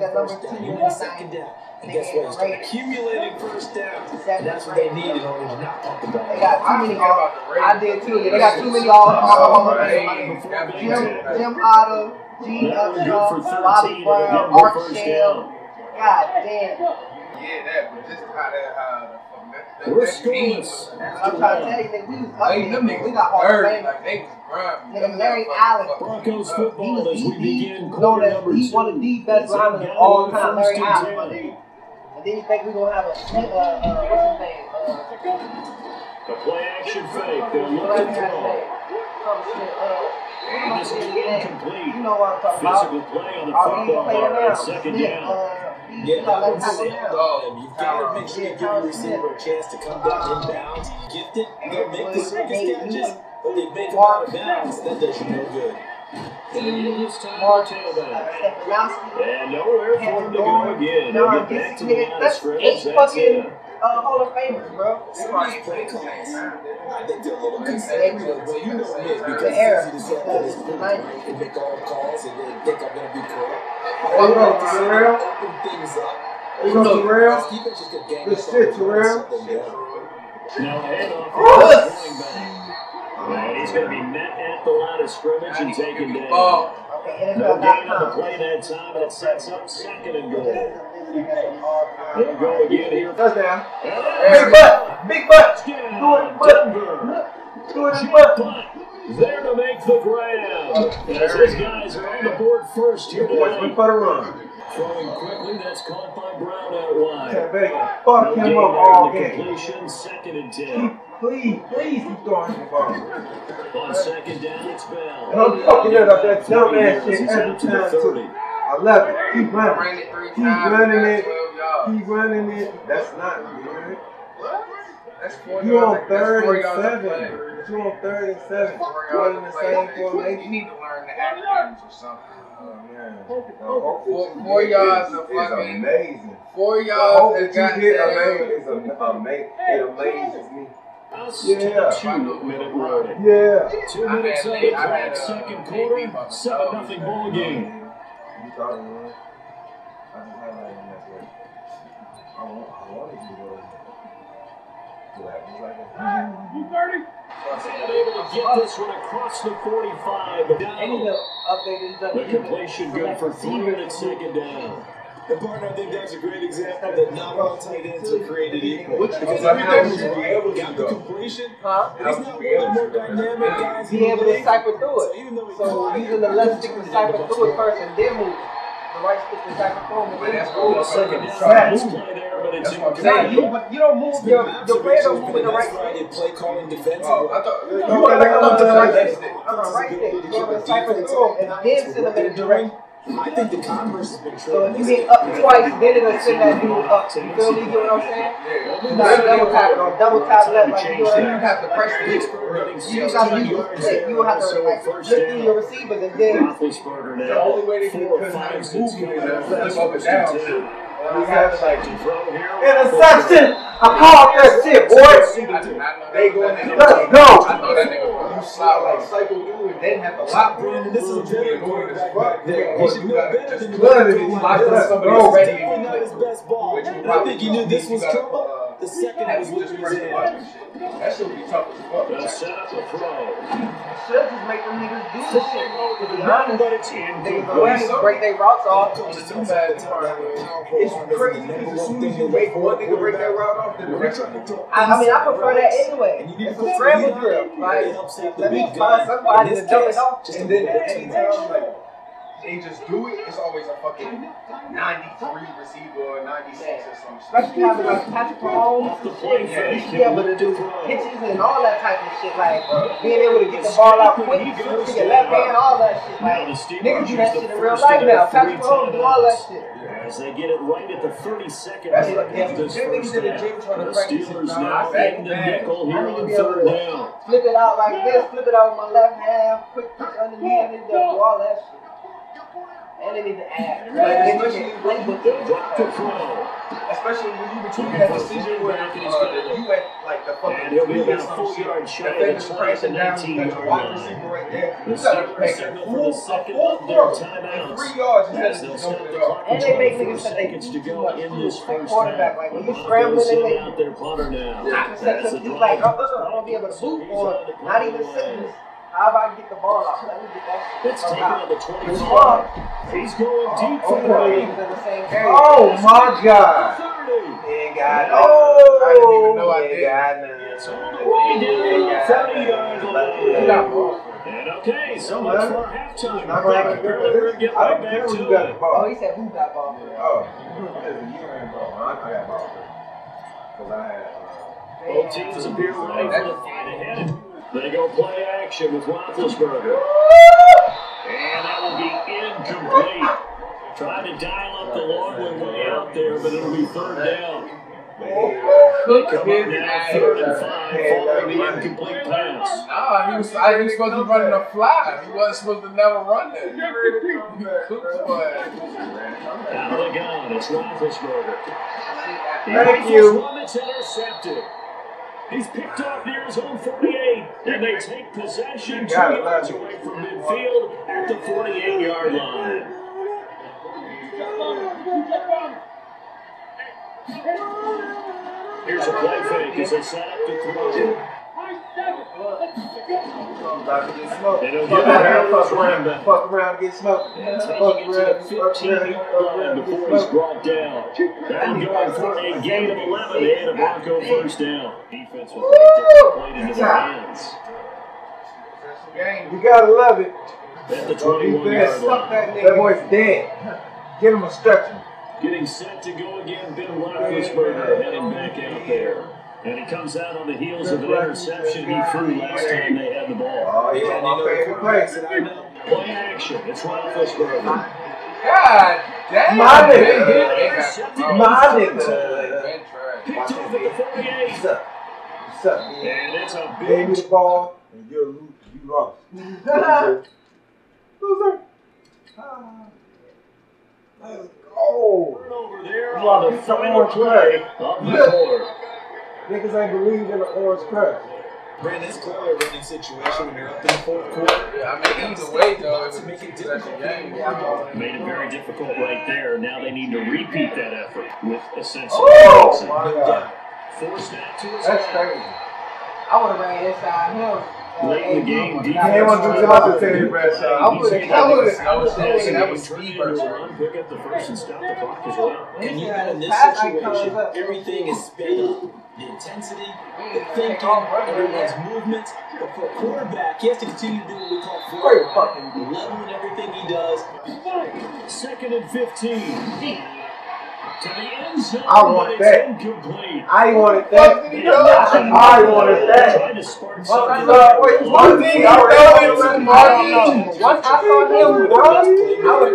S4: Cowboys
S9: that
S4: at
S9: number
S4: number
S9: two,
S4: two.
S9: you win second down. And guess what? You start accumulating first downs. And that's what they need in order to not pump the
S4: They
S9: ball.
S4: got too many all. I did too. They got too many
S3: Oh,
S4: all.
S3: man. That
S4: Jim,
S3: man.
S4: Jim Otto, Gene
S8: That one
S4: Upshaw,
S8: good for 13.
S4: Bobby
S8: It'll
S4: Brown,
S8: get more
S4: Art
S8: first
S4: Shell.
S8: down.
S4: God damn.
S3: Yeah, that was just how that how the fuck that, that,
S8: We're
S3: that team
S8: scoreless.
S3: was.
S4: I'm trying to tell you, nigga, we was up
S3: Like,
S4: there.
S3: them niggas
S4: nigga. We got Hall of
S3: dirty.
S4: Fame.
S3: Like, they was grimy.
S4: Nigga,
S3: Them
S4: Larry
S3: motherfuckers
S4: Allen.
S3: fucking-
S8: Broncos
S4: He
S8: football
S4: was
S8: as we begin
S4: the
S8: quarter number
S4: that he's one of
S8: two.
S4: the best
S8: Sam
S4: linemen
S8: Gallo
S4: of all time,
S8: first
S4: Larry
S8: and
S4: Allen, my
S8: 10.
S4: nigga. And then you think we're gonna have a uh, uh, what's his name? Uh,
S8: The play action fake. They'll look
S4: whatever
S8: to
S4: his
S8: throw. And this is
S4: name is. Uh, you
S8: incomplete.
S4: know what I'm talking about.
S8: Physical play on the
S4: Our lead
S8: football
S4: player
S8: marker.
S4: now,
S8: It's second
S4: Smith,
S8: down.
S4: uh, he's
S9: Yeah,
S4: not
S9: that
S4: like
S9: one's
S4: Tyler
S9: sailed
S4: Brown.
S9: on them. You've got to make sure Oh, you give your receiver a chance to come down inbounds. Gift it, they'll make the circus catches, but they make them out of bounds. That does you no good.
S8: And it is time
S4: Mark
S8: to
S4: uh,
S8: tailback.
S4: Stefanowski.
S8: And nowhere for him to go again. They'll get back to the line of
S4: That's
S8: scrimmage.
S4: eight
S8: That's
S4: fucking
S8: it.
S4: uh,
S7: Oh,
S4: Hall of Famers, bro.
S9: Some of these play calls, I think they're a little conservative, but you know me, because
S4: The era,
S9: it's easy to say that it's been great and make all the calls and then think I'm going to be correct. But
S5: Oh,
S9: I
S5: no,
S9: like to see
S5: Terrell?
S9: them open things up.
S5: You know Terrell?
S9: This defense is gonna gang
S5: Good
S9: up on
S5: shit,
S9: them and
S5: Terrell.
S9: shut them down.
S8: Now a handoff going back. And he's going to be met at the line of scrimmage
S3: Now
S8: and
S3: he gonna give
S8: taken
S3: me the
S8: down.
S3: ball.
S4: Okay,
S8: No gain on the
S4: NFL.com.
S8: play that time, and it sets up second and goal.
S4: All-time.
S8: They'll go again here.
S5: Touchdown.
S8: And
S5: Big
S8: there's
S5: butt. Big butt.
S8: touchdown,
S5: Do it, butt.
S8: Denver.
S5: Do it,
S8: Jim
S5: butt.
S8: Butt There to make the grab. As his guys are on the board first here
S5: Boys, we
S8: tonight.
S5: for the run.
S8: Throwing quickly, that's caught by Brown out wide.
S5: Cam Bacon,
S8: No
S5: fuck
S8: gain
S5: him
S8: there
S5: up
S8: on
S5: all
S8: the
S5: game.
S8: completion, second and ten.
S5: Keep- Please, please keep throwing him the ball.
S8: On second down, it's
S5: And
S8: Bell.
S5: I'm fucking it up that dumb ass shit
S8: He's
S5: every
S8: out to the
S5: time too.
S8: 30.
S5: I love it. Keep running.
S6: Ran it three times.
S5: Keep running
S6: that's
S5: it.
S6: 12 yards.
S5: Keep running it. That's not good.
S6: That's four
S5: You
S6: yards.
S5: on third
S6: that's four
S5: and
S6: yards of play.
S5: seven. You on third and seven.
S6: Four
S5: Going
S6: yards
S5: in the
S6: of play.
S5: same
S6: You
S5: formation.
S6: need to learn the acronyms or something.
S5: Oh man.
S6: Four- four yards of
S5: is
S6: fucking-
S5: amazing.
S6: Four
S5: The hope
S6: yards.
S5: that
S6: has got
S5: you get
S6: that-
S5: amazing is (laughs) amazing. It amazes me.
S8: House
S5: Yeah.
S8: to two minute warning.
S5: Yeah.
S8: Two
S6: I
S8: minutes
S6: had-
S8: on the
S6: I had,
S8: clock,
S6: uh,
S8: second
S6: maybe
S8: quarter,
S6: about a
S8: seven nothing ball game.
S5: You thought it was. I just highlighted him that way. I want, I wanted you to go. Do that just like that. (laughs)
S8: And able to get this one across the 45, but
S7: Any
S8: down.
S7: little update is done.
S8: The completion good for three minutes, second down.
S9: And partner, I think that's a great example that not all tight ends are created equal.
S5: Which-
S9: Because
S5: Like, how
S9: everyone's
S5: would you be able to
S9: got
S5: go?
S9: the completion.
S7: Huh?
S9: He's not one of the more dynamic guys. in
S7: Be able
S9: the
S7: to
S9: league.
S7: cipher through
S9: So
S7: it.
S9: even though he
S7: So
S9: caught it,
S7: using the left stick to cipher through it first and then move. The right stick to cipher through it.
S6: But
S7: and then
S6: that's
S7: move.
S6: what I'm
S8: Second
S6: saying.
S8: down, this play there, but it's
S7: Nah,
S8: incomplete.
S7: you, but you don't move.
S9: it's been
S7: Your,
S9: an
S7: your player don't
S9: observation,
S7: move in the
S9: but that's
S7: right
S9: why
S7: stick.
S9: they play calling defensively.
S6: Oh, I thought.
S5: You
S7: You want to
S5: like
S7: up to the right
S5: that?
S7: stick. I'm on the Uh-huh, right stick. You want to cipher
S9: Defense
S7: through it and then
S9: to
S7: send
S9: what
S7: them in
S9: they're
S7: a direction.
S9: doing, I think the converse has been
S7: So if
S9: true.
S7: you get up twice, then it'll send that dude up. You feel me? You know what I'm saying? You gotta double tap it or double tap left like you know what
S6: You
S7: I'm saying?
S6: have to press the hit.
S7: You just gotta be quick. You don't have to like look through your receivers and then
S8: Roethlisberger now.
S6: The only way they can
S8: four,
S6: because
S8: five,
S6: they're
S8: six,
S6: moving
S8: coming
S6: is
S8: up.
S6: they flip up and down.
S8: First and
S5: We have like
S8: ten. Throw here.
S5: interception. I called that shit, boy.
S6: I did not know that.
S5: They
S6: was
S5: going
S6: that
S5: to
S6: nigga.
S5: let's go.
S6: I thought that nigga was
S5: You slide like cycle through and then have to lock
S9: Brandon,
S5: in.
S9: this is a better quarterback back there. He
S5: Well,
S9: should
S5: you
S9: know
S5: gotta
S9: better
S5: just
S9: than to
S5: flood it.
S9: throw
S5: He's
S9: like
S5: locked
S9: this.
S5: up somebody
S9: This is
S5: already
S9: definitely
S5: in
S9: not
S5: play.
S9: his best ball.
S5: Which you
S9: I think he knew this
S5: You
S9: was
S5: gotta,
S9: coming.
S5: uh,
S9: The second it
S6: That
S9: was
S6: was just
S9: moving his
S6: pressing buttons and
S9: hand.
S6: shit. That shit would be tough
S8: The
S6: as fuck.
S8: setup, the throw.
S7: should just make them niggas do the shit. To be honest,
S8: But it's
S7: they
S8: incomplete.
S7: already break their routes off.
S5: It's crazy because as soon as you make one nigga break that route off, then the rest of them.
S7: I, I mean, I prefer that anyway. It's a scramble drill. Like, let me find somebody to dump it off.
S5: And then anytime like
S6: They just do it. It's always a fucking 93 receiver or 96 or some shit.
S7: Especially having like Patrick
S8: Off the
S7: Mahomes.
S8: play
S7: You
S8: fake.
S7: should be able to do hitches and all that type of shit. Like, being able to get the ball out quick, shoot to your left hand, all that shit. Like, niggas do that shit in real life now. Patrick Mahomes do all that shit.
S8: As they get it right at the 32nd
S5: That's
S8: minute
S5: like-
S8: of this
S5: them niggas
S8: first
S5: in the
S8: half.
S5: gym trying to
S8: The
S5: practice
S8: Steelers
S5: it, nah,
S8: now
S5: back
S8: in
S5: to
S8: the
S5: back.
S8: nickel here
S7: I need to
S8: on
S7: be able
S8: third
S7: to-
S8: down.
S7: Flip it out like this, flip it out with my left hand, quick push underneath, and then do all that shit. And they need to add. Like, especially
S8: They drop the throw.
S5: especially when you between that decision where uh, you at like the fucking
S8: And he'll be
S5: three or
S8: about
S5: some
S8: four
S5: shit.
S8: yards shy
S5: If
S8: of
S5: they
S8: the
S5: just
S8: 20
S5: press
S8: to
S5: it down, you
S8: 19
S5: got
S8: yard
S5: your wide
S8: line.
S5: receiver right there.
S8: The
S5: You gotta
S8: Steelers
S5: make a
S8: signal for
S5: full,
S8: the
S5: a
S8: second
S5: full
S8: of their
S5: throw
S8: timeouts.
S5: in three yards
S8: As
S5: instead of
S8: they'll
S5: just
S8: stop
S5: dumping it
S8: the
S5: off.
S8: clock
S7: And they make
S8: with 24
S7: niggas think they
S8: seconds to
S7: too
S8: go
S7: much
S8: in
S7: food
S8: this
S7: at
S8: first
S7: quarterback,
S8: half.
S7: like, when you
S8: They'll
S7: scrambling,
S8: send
S7: they-
S8: out their punter now.
S7: I can say
S8: As the
S7: something like,
S8: drive
S7: oh, uh, I won't be able to move on, not even sentence. How about get the ball out? Let me get that shit.
S8: That's taken on the
S7: oh, It's
S8: 25.
S7: Oh fun.
S8: He's going deep for
S7: Both
S8: the
S7: of them
S8: right.
S7: niggas in the same area.
S5: Oh my god!
S8: 30.
S5: Ain't got
S6: I didn't even know I did.
S8: It's all the way down,
S6: They
S8: 30 yard line.
S6: got more.
S8: And okay, so much for halftime.
S5: I don't
S8: Barely we're gonna get right back
S5: care who
S8: to
S5: got the
S8: it.
S5: ball.
S7: Oh, he said, who got ball?
S5: Oh, there's a year in ball. I, I got ball because I had. Uh,
S8: Both teams appear ready for the fight ahead. They go play action with Roethlisberger. And that will be incomplete. Trying to dial up the long one way out there, but it'll be third down.
S5: they-
S8: They come
S6: Cook
S8: up
S6: his
S8: now,
S6: ass.
S8: third and five, following the incomplete pass.
S6: Nah, he was, I, he was supposed to be running a fly. He wasn't supposed to never run that. He (laughs) cooked your ass.
S8: Out of the gun, it's Roethlisberger.
S5: Thank you.
S8: One that's intercepted. He's picked off near his own 48, and they take possession two
S5: gotta
S8: yards
S5: love it.
S8: away from midfield at the 48-yard line. Here's a play fake as they set up to throw.
S5: I'm about to get smoked.
S8: They don't
S5: Fuck
S8: get the
S5: around,
S8: Harris
S5: fuck around,
S8: running back.
S5: fuck around, get smoked.
S8: And
S5: Fuck
S8: taking it
S5: around,
S8: to the
S5: fuck around,
S8: 15-yard
S5: fuck
S8: line
S5: around,
S8: before he's
S5: get smoked.
S8: brought down. Down going for a gain of 11 and a Bronco first down. Defense will take the play into their hands.
S3: That's the game.
S5: You gotta love it.
S8: At the
S7: Oh,
S5: Don't be
S8: 21
S5: fast.
S8: yard
S5: Suck
S8: line.
S5: that nigga. That boy's dead. Give him a stretcher.
S8: Getting set to go again, Ben Roethlisberger heading back out there. And he comes out on the heels of an interception he threw last time they had the ball.
S5: Oh, he's
S9: And you
S5: my
S9: know, if you
S5: favorite
S9: practice
S5: place.
S9: it, I know.
S8: Play action. It's Roethlisberger.
S3: God damn.
S5: My nigga.
S3: Big hit.
S8: Intercepted.
S5: My
S3: Been
S5: nigga.
S3: trash.
S8: Picked off at the 48.
S5: What's up? What's up, man?
S8: And it's a
S5: Gave
S8: big
S5: me the ball, and you're lo- you lost.
S7: (laughs)
S5: Loser. Loser. Ah. Let's go.
S8: turnover there
S5: You are
S8: on the
S5: the
S8: final
S5: orange
S8: play
S5: player.
S8: of the
S5: Look.
S8: board.
S5: Niggas ain't believe in the orange crush.
S9: Man, that's clearly a running situation when you're up in the fourth quarter.
S3: Yeah, I mean, either way, though, it was a possession game. Yeah, I'm
S8: Made it very difficult right there. Now they need to repeat that effort with essentially
S5: Oh,
S8: Johnson.
S5: my
S9: No
S5: God.
S9: doubt.
S8: Forced that to his
S3: That's
S8: back.
S3: crazy.
S7: I would have ran inside him. uh,
S8: Late in the
S7: eight
S8: game,
S7: times.
S8: defense.
S5: They ain't want to do too much to Terry
S8: I
S5: Bradshaw.
S8: would have.
S3: I
S8: I would
S3: would've-
S8: have.
S3: I
S8: I would
S3: would've
S8: have.
S3: said
S8: That
S3: that
S8: was
S3: was
S8: Steeper.
S3: Steeper.
S8: Pick up the first and stop the clock as well.
S9: And you
S7: Yeah,
S9: know, in this
S7: pass icon
S9: situation,
S7: is up.
S9: everything is sped up. The intensity, the
S7: Mm,
S9: thinking,
S7: take off right away.
S9: everyone's movements. But for a quarterback, he has to continue to do what we call
S5: Great
S9: forward.
S5: fucking
S9: Leveling everything he does.
S8: Second and fifteen. To the end zone.
S5: I want
S8: but it's
S5: that.
S8: Incomplete.
S5: I wanted that.
S3: Fuck,
S5: I wanted that.
S8: Trying to spark
S5: Fuck,
S8: something.
S5: love, wait,
S3: One
S5: one
S3: thing
S5: thing
S3: I
S5: I
S3: thought it was
S7: I don't know.
S9: The best
S7: Once I saw him run,
S9: player
S7: I would have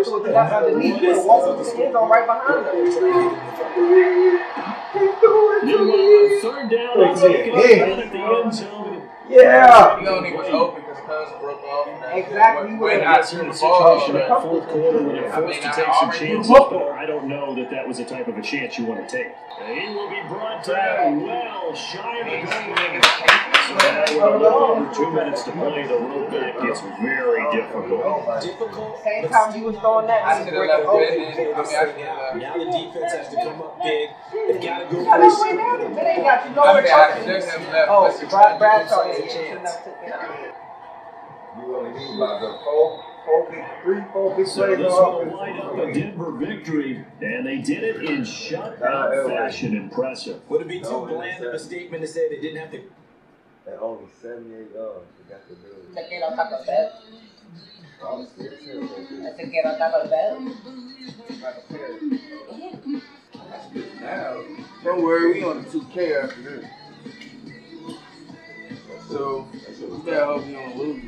S7: threw it down underneath and walked into the end zone right behind him.
S8: Meanwhile, on third down. they take it up
S5: Yeah.
S8: down at the end zone.
S5: Yeah.
S3: You know, it was open because Cuz broke off.
S7: Exactly.
S3: When I
S8: That's in
S3: threw
S8: the
S3: the ball,
S8: situation that fourth quarter when you're forced to take some chances, but I don't know that that was the type of a chance you want to take. And he will be brought down well shy of the goal line. So now with a little over two minutes to play, the road back gets very
S7: Oh,
S8: difficult.
S9: Difficult.
S7: Same
S9: but
S7: time he was throwing that, I
S3: I
S7: was
S3: should
S7: breaking
S3: have
S7: open.
S3: left that in. I mean, I should have left.
S9: Now the defense has to come up big. They've got to go
S7: Yeah, that's
S9: for
S7: way
S9: it.
S7: down there. They ain't got you
S3: I
S7: nowhere
S3: mean, I should
S7: close.
S3: have left.
S7: Oh,
S3: but-
S7: Brad, Bradshaw, yeah, you shouldn't have took that.
S5: You only need about the four, four big, three, four big
S8: So
S5: plays
S8: this
S5: on
S8: will light up a
S5: offense.
S8: Denver victory, and they did it in Uh, shutout fashion. Impressive.
S9: Would it be too
S5: No, it
S9: bland of a
S5: doesn't.
S9: statement to say they didn't have to
S5: That only seventy-eight yards. They got the bill.
S7: Took it on top of that.
S5: I was scared too.
S7: I took it on top of that.
S3: Don't worry, we on the 2K after this. So, we gotta hope we don't lose.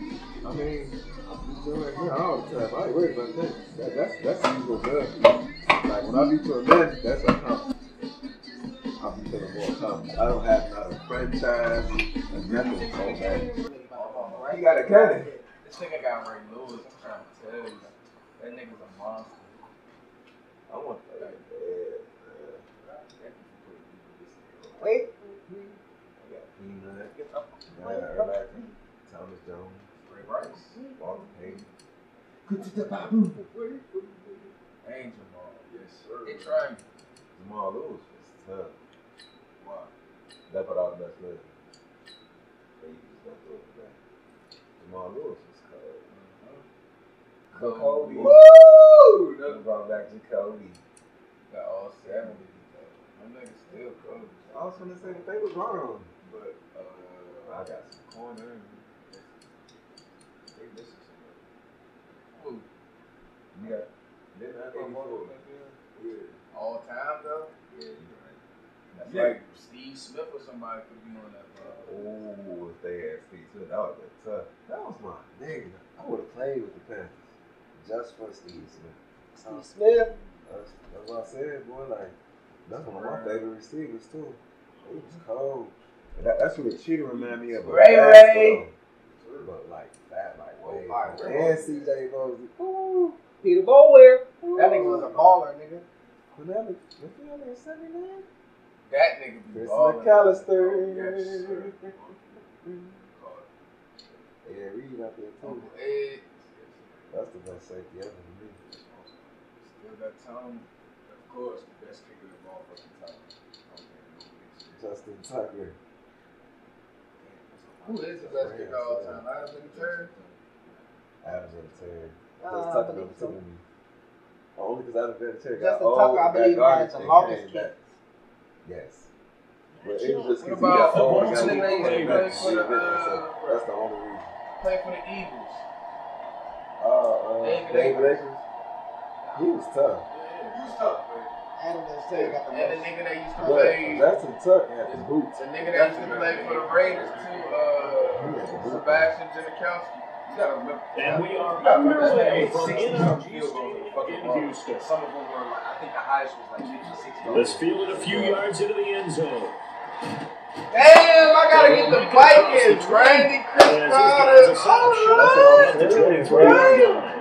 S6: I mean, I'm doing it here all the time. I ain't worried about that. that that's that's the usual man. Like when I be to a man, that's a compliment. I be feeling more confident. I don't have not a franchise, a nothing so bad.
S5: You got to cut it.
S3: This nigga got Ray Lewis, I'm trying to tell you. That nigga's a monster.
S5: I want that.
S7: Wait,
S5: I got Peanut. I got Everybody. Thomas Jones.
S3: Ray Rice.
S5: Walter Payton.
S3: Angel Ball. Yes, sir. They trying.
S5: Jamal Lewis was tough. Why? That's what I was best with. They used that little back. Jamal Lewis was cold.
S3: Mm-hmm.
S5: Jacoby.
S3: Woo!
S5: They brought back Jacoby.
S3: Got all seven. My nigga still cold. Uh,
S5: I was gonna say they was wrong.
S3: But,
S5: I
S3: uh,
S5: got some corner.
S3: they missing somebody. Who?
S5: You got didn't I
S3: Eighty
S5: come
S3: four.
S5: on Yeah.
S3: All time, though?
S5: Yeah, you right.
S3: That's
S5: Yeah.
S3: like Steve Smith or somebody could be on that ball.
S5: Oh, if they had Steve Smith, that would have been tough. That was my nigga. I would have played with the Panthers. Just for Steve Smith. Uh,
S7: Steve Smith.
S5: That's, that's what I said, boy. Like, that's one of my favorite receivers, too. He was cold. And that, that's what the cheater remind me of. but
S7: Ray
S5: fast,
S7: Ray.
S5: though. But like that, like way.
S7: all right, Oh, Ray
S5: and CJ Mosley. Ooh.
S7: Peter Bowler.
S5: That
S7: That
S5: nigga
S7: nigga
S5: was
S7: was a baller, nigga.
S5: Quinelli. Quinelli is 79.
S3: That nigga be
S5: Chris
S3: balling.
S5: McAllister.
S3: Yes, sir.
S5: Yeah, Reed out there, too.
S3: Uncle Ed.
S5: That's the best safety ever to me.
S3: Still got Tom. Of course, the best kicker of all fucking time. Okay,
S5: Justin Tucker.
S3: no bitch. Who is the best kicker of all time? I have been third.
S5: Adams and Terry. Just
S7: Uh, I
S5: Tucker
S7: believe
S5: number two to
S7: so.
S5: me. Only because Adams and Terry got
S7: Justin
S5: old.
S7: Tucker, I
S5: that
S7: believe,
S5: garbage
S7: had the
S5: thing
S7: longest
S5: came
S7: kick.
S5: back. Yes. But it was just
S3: What
S5: because he got
S3: about
S5: old.
S3: what's
S5: got
S3: the nigga
S5: old
S3: that used to
S5: came
S3: play
S5: back.
S3: for the,
S5: Yeah, so
S3: uh,
S5: That's the only reason.
S3: Play for the Eagles.
S5: Uh, uh,
S3: David
S5: David Akers. He was tough.
S3: Who's tough?
S7: Adam doesn't say got the
S3: And
S7: most.
S3: the nigga that used to play,
S5: But that's a tuck at the boots.
S3: the nigga that used to play for the Raiders too, uh, Sebastian Janikowski. You gotta remember.
S8: And we are
S3: You gotta remember this nigga
S8: underway
S3: made
S8: from
S3: 60 something
S8: NRG
S3: field goals in the fucking
S8: Stadium in
S3: ball.
S8: Houston.
S3: Some of them were like, I think the highest was like 56.
S8: Let's field it a few yards into the end zone.
S3: Damn, I gotta get the Vikings, Randy, Chris
S8: As
S3: Carter.
S8: this guy's a
S3: All right.
S8: shot. That's a shot. Right.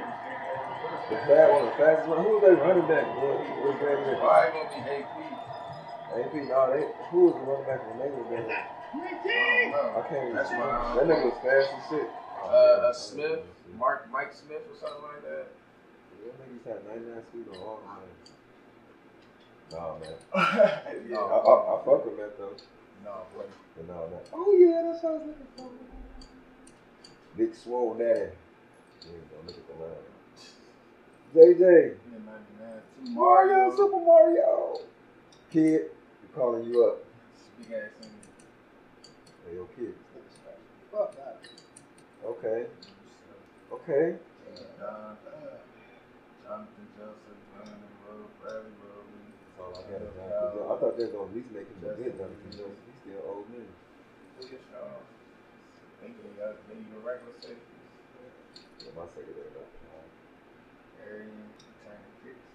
S5: The fat one, the fastest one. Who was they running back? Who was they running back?
S3: Probably gonna be AP.
S5: AP, no, they, who was the running back when they were
S3: I don't
S5: there?
S3: know.
S5: I can't remember.
S3: That's my-
S5: That nigga was fast as shit. Oh,
S3: Uh, uh, Smith, Mark, Mike Smith, or something like that.
S5: That nigga's had 99 speed on all of them. Nah, man. I,
S3: No,
S5: I, I fuck with that though.
S3: no, boy.
S5: But no, man. Oh yeah, that's what I was looking for. Big swole daddy. Yeah, don't look at the line. JJ.
S3: Yeah, man, man. Two
S5: Mario,
S3: Mario.
S5: Super Mario. Kid, we calling you up.
S3: Big ass thing.
S5: Hey, yo, kid.
S7: Fuck that.
S5: Okay, okay.
S3: Jonathan Joseph, Brandon Rowe, Bradley Rowe.
S5: That's all Oh, I got. Jonathan Jones. I thought they were gonna at least make him a good Jonathan Jones. He's still old man.
S3: Look at y'all. They gave y'all- they need a regular safety.
S5: Yeah, my secretary. though.
S3: Arian, return the kicks.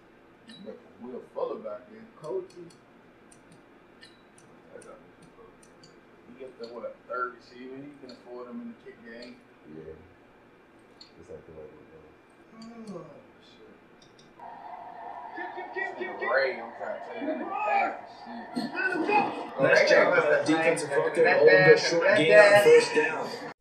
S3: But Will Fuller back there. Coaching. He gets the what, third receiver. He can afford him in the kick game.
S5: Yeah. Just like the way we
S3: Oh, shit. Ray, I'm trying to tell you, that nigga fast as shit.
S9: Nice job by that defensive front there, holding the short game on first down.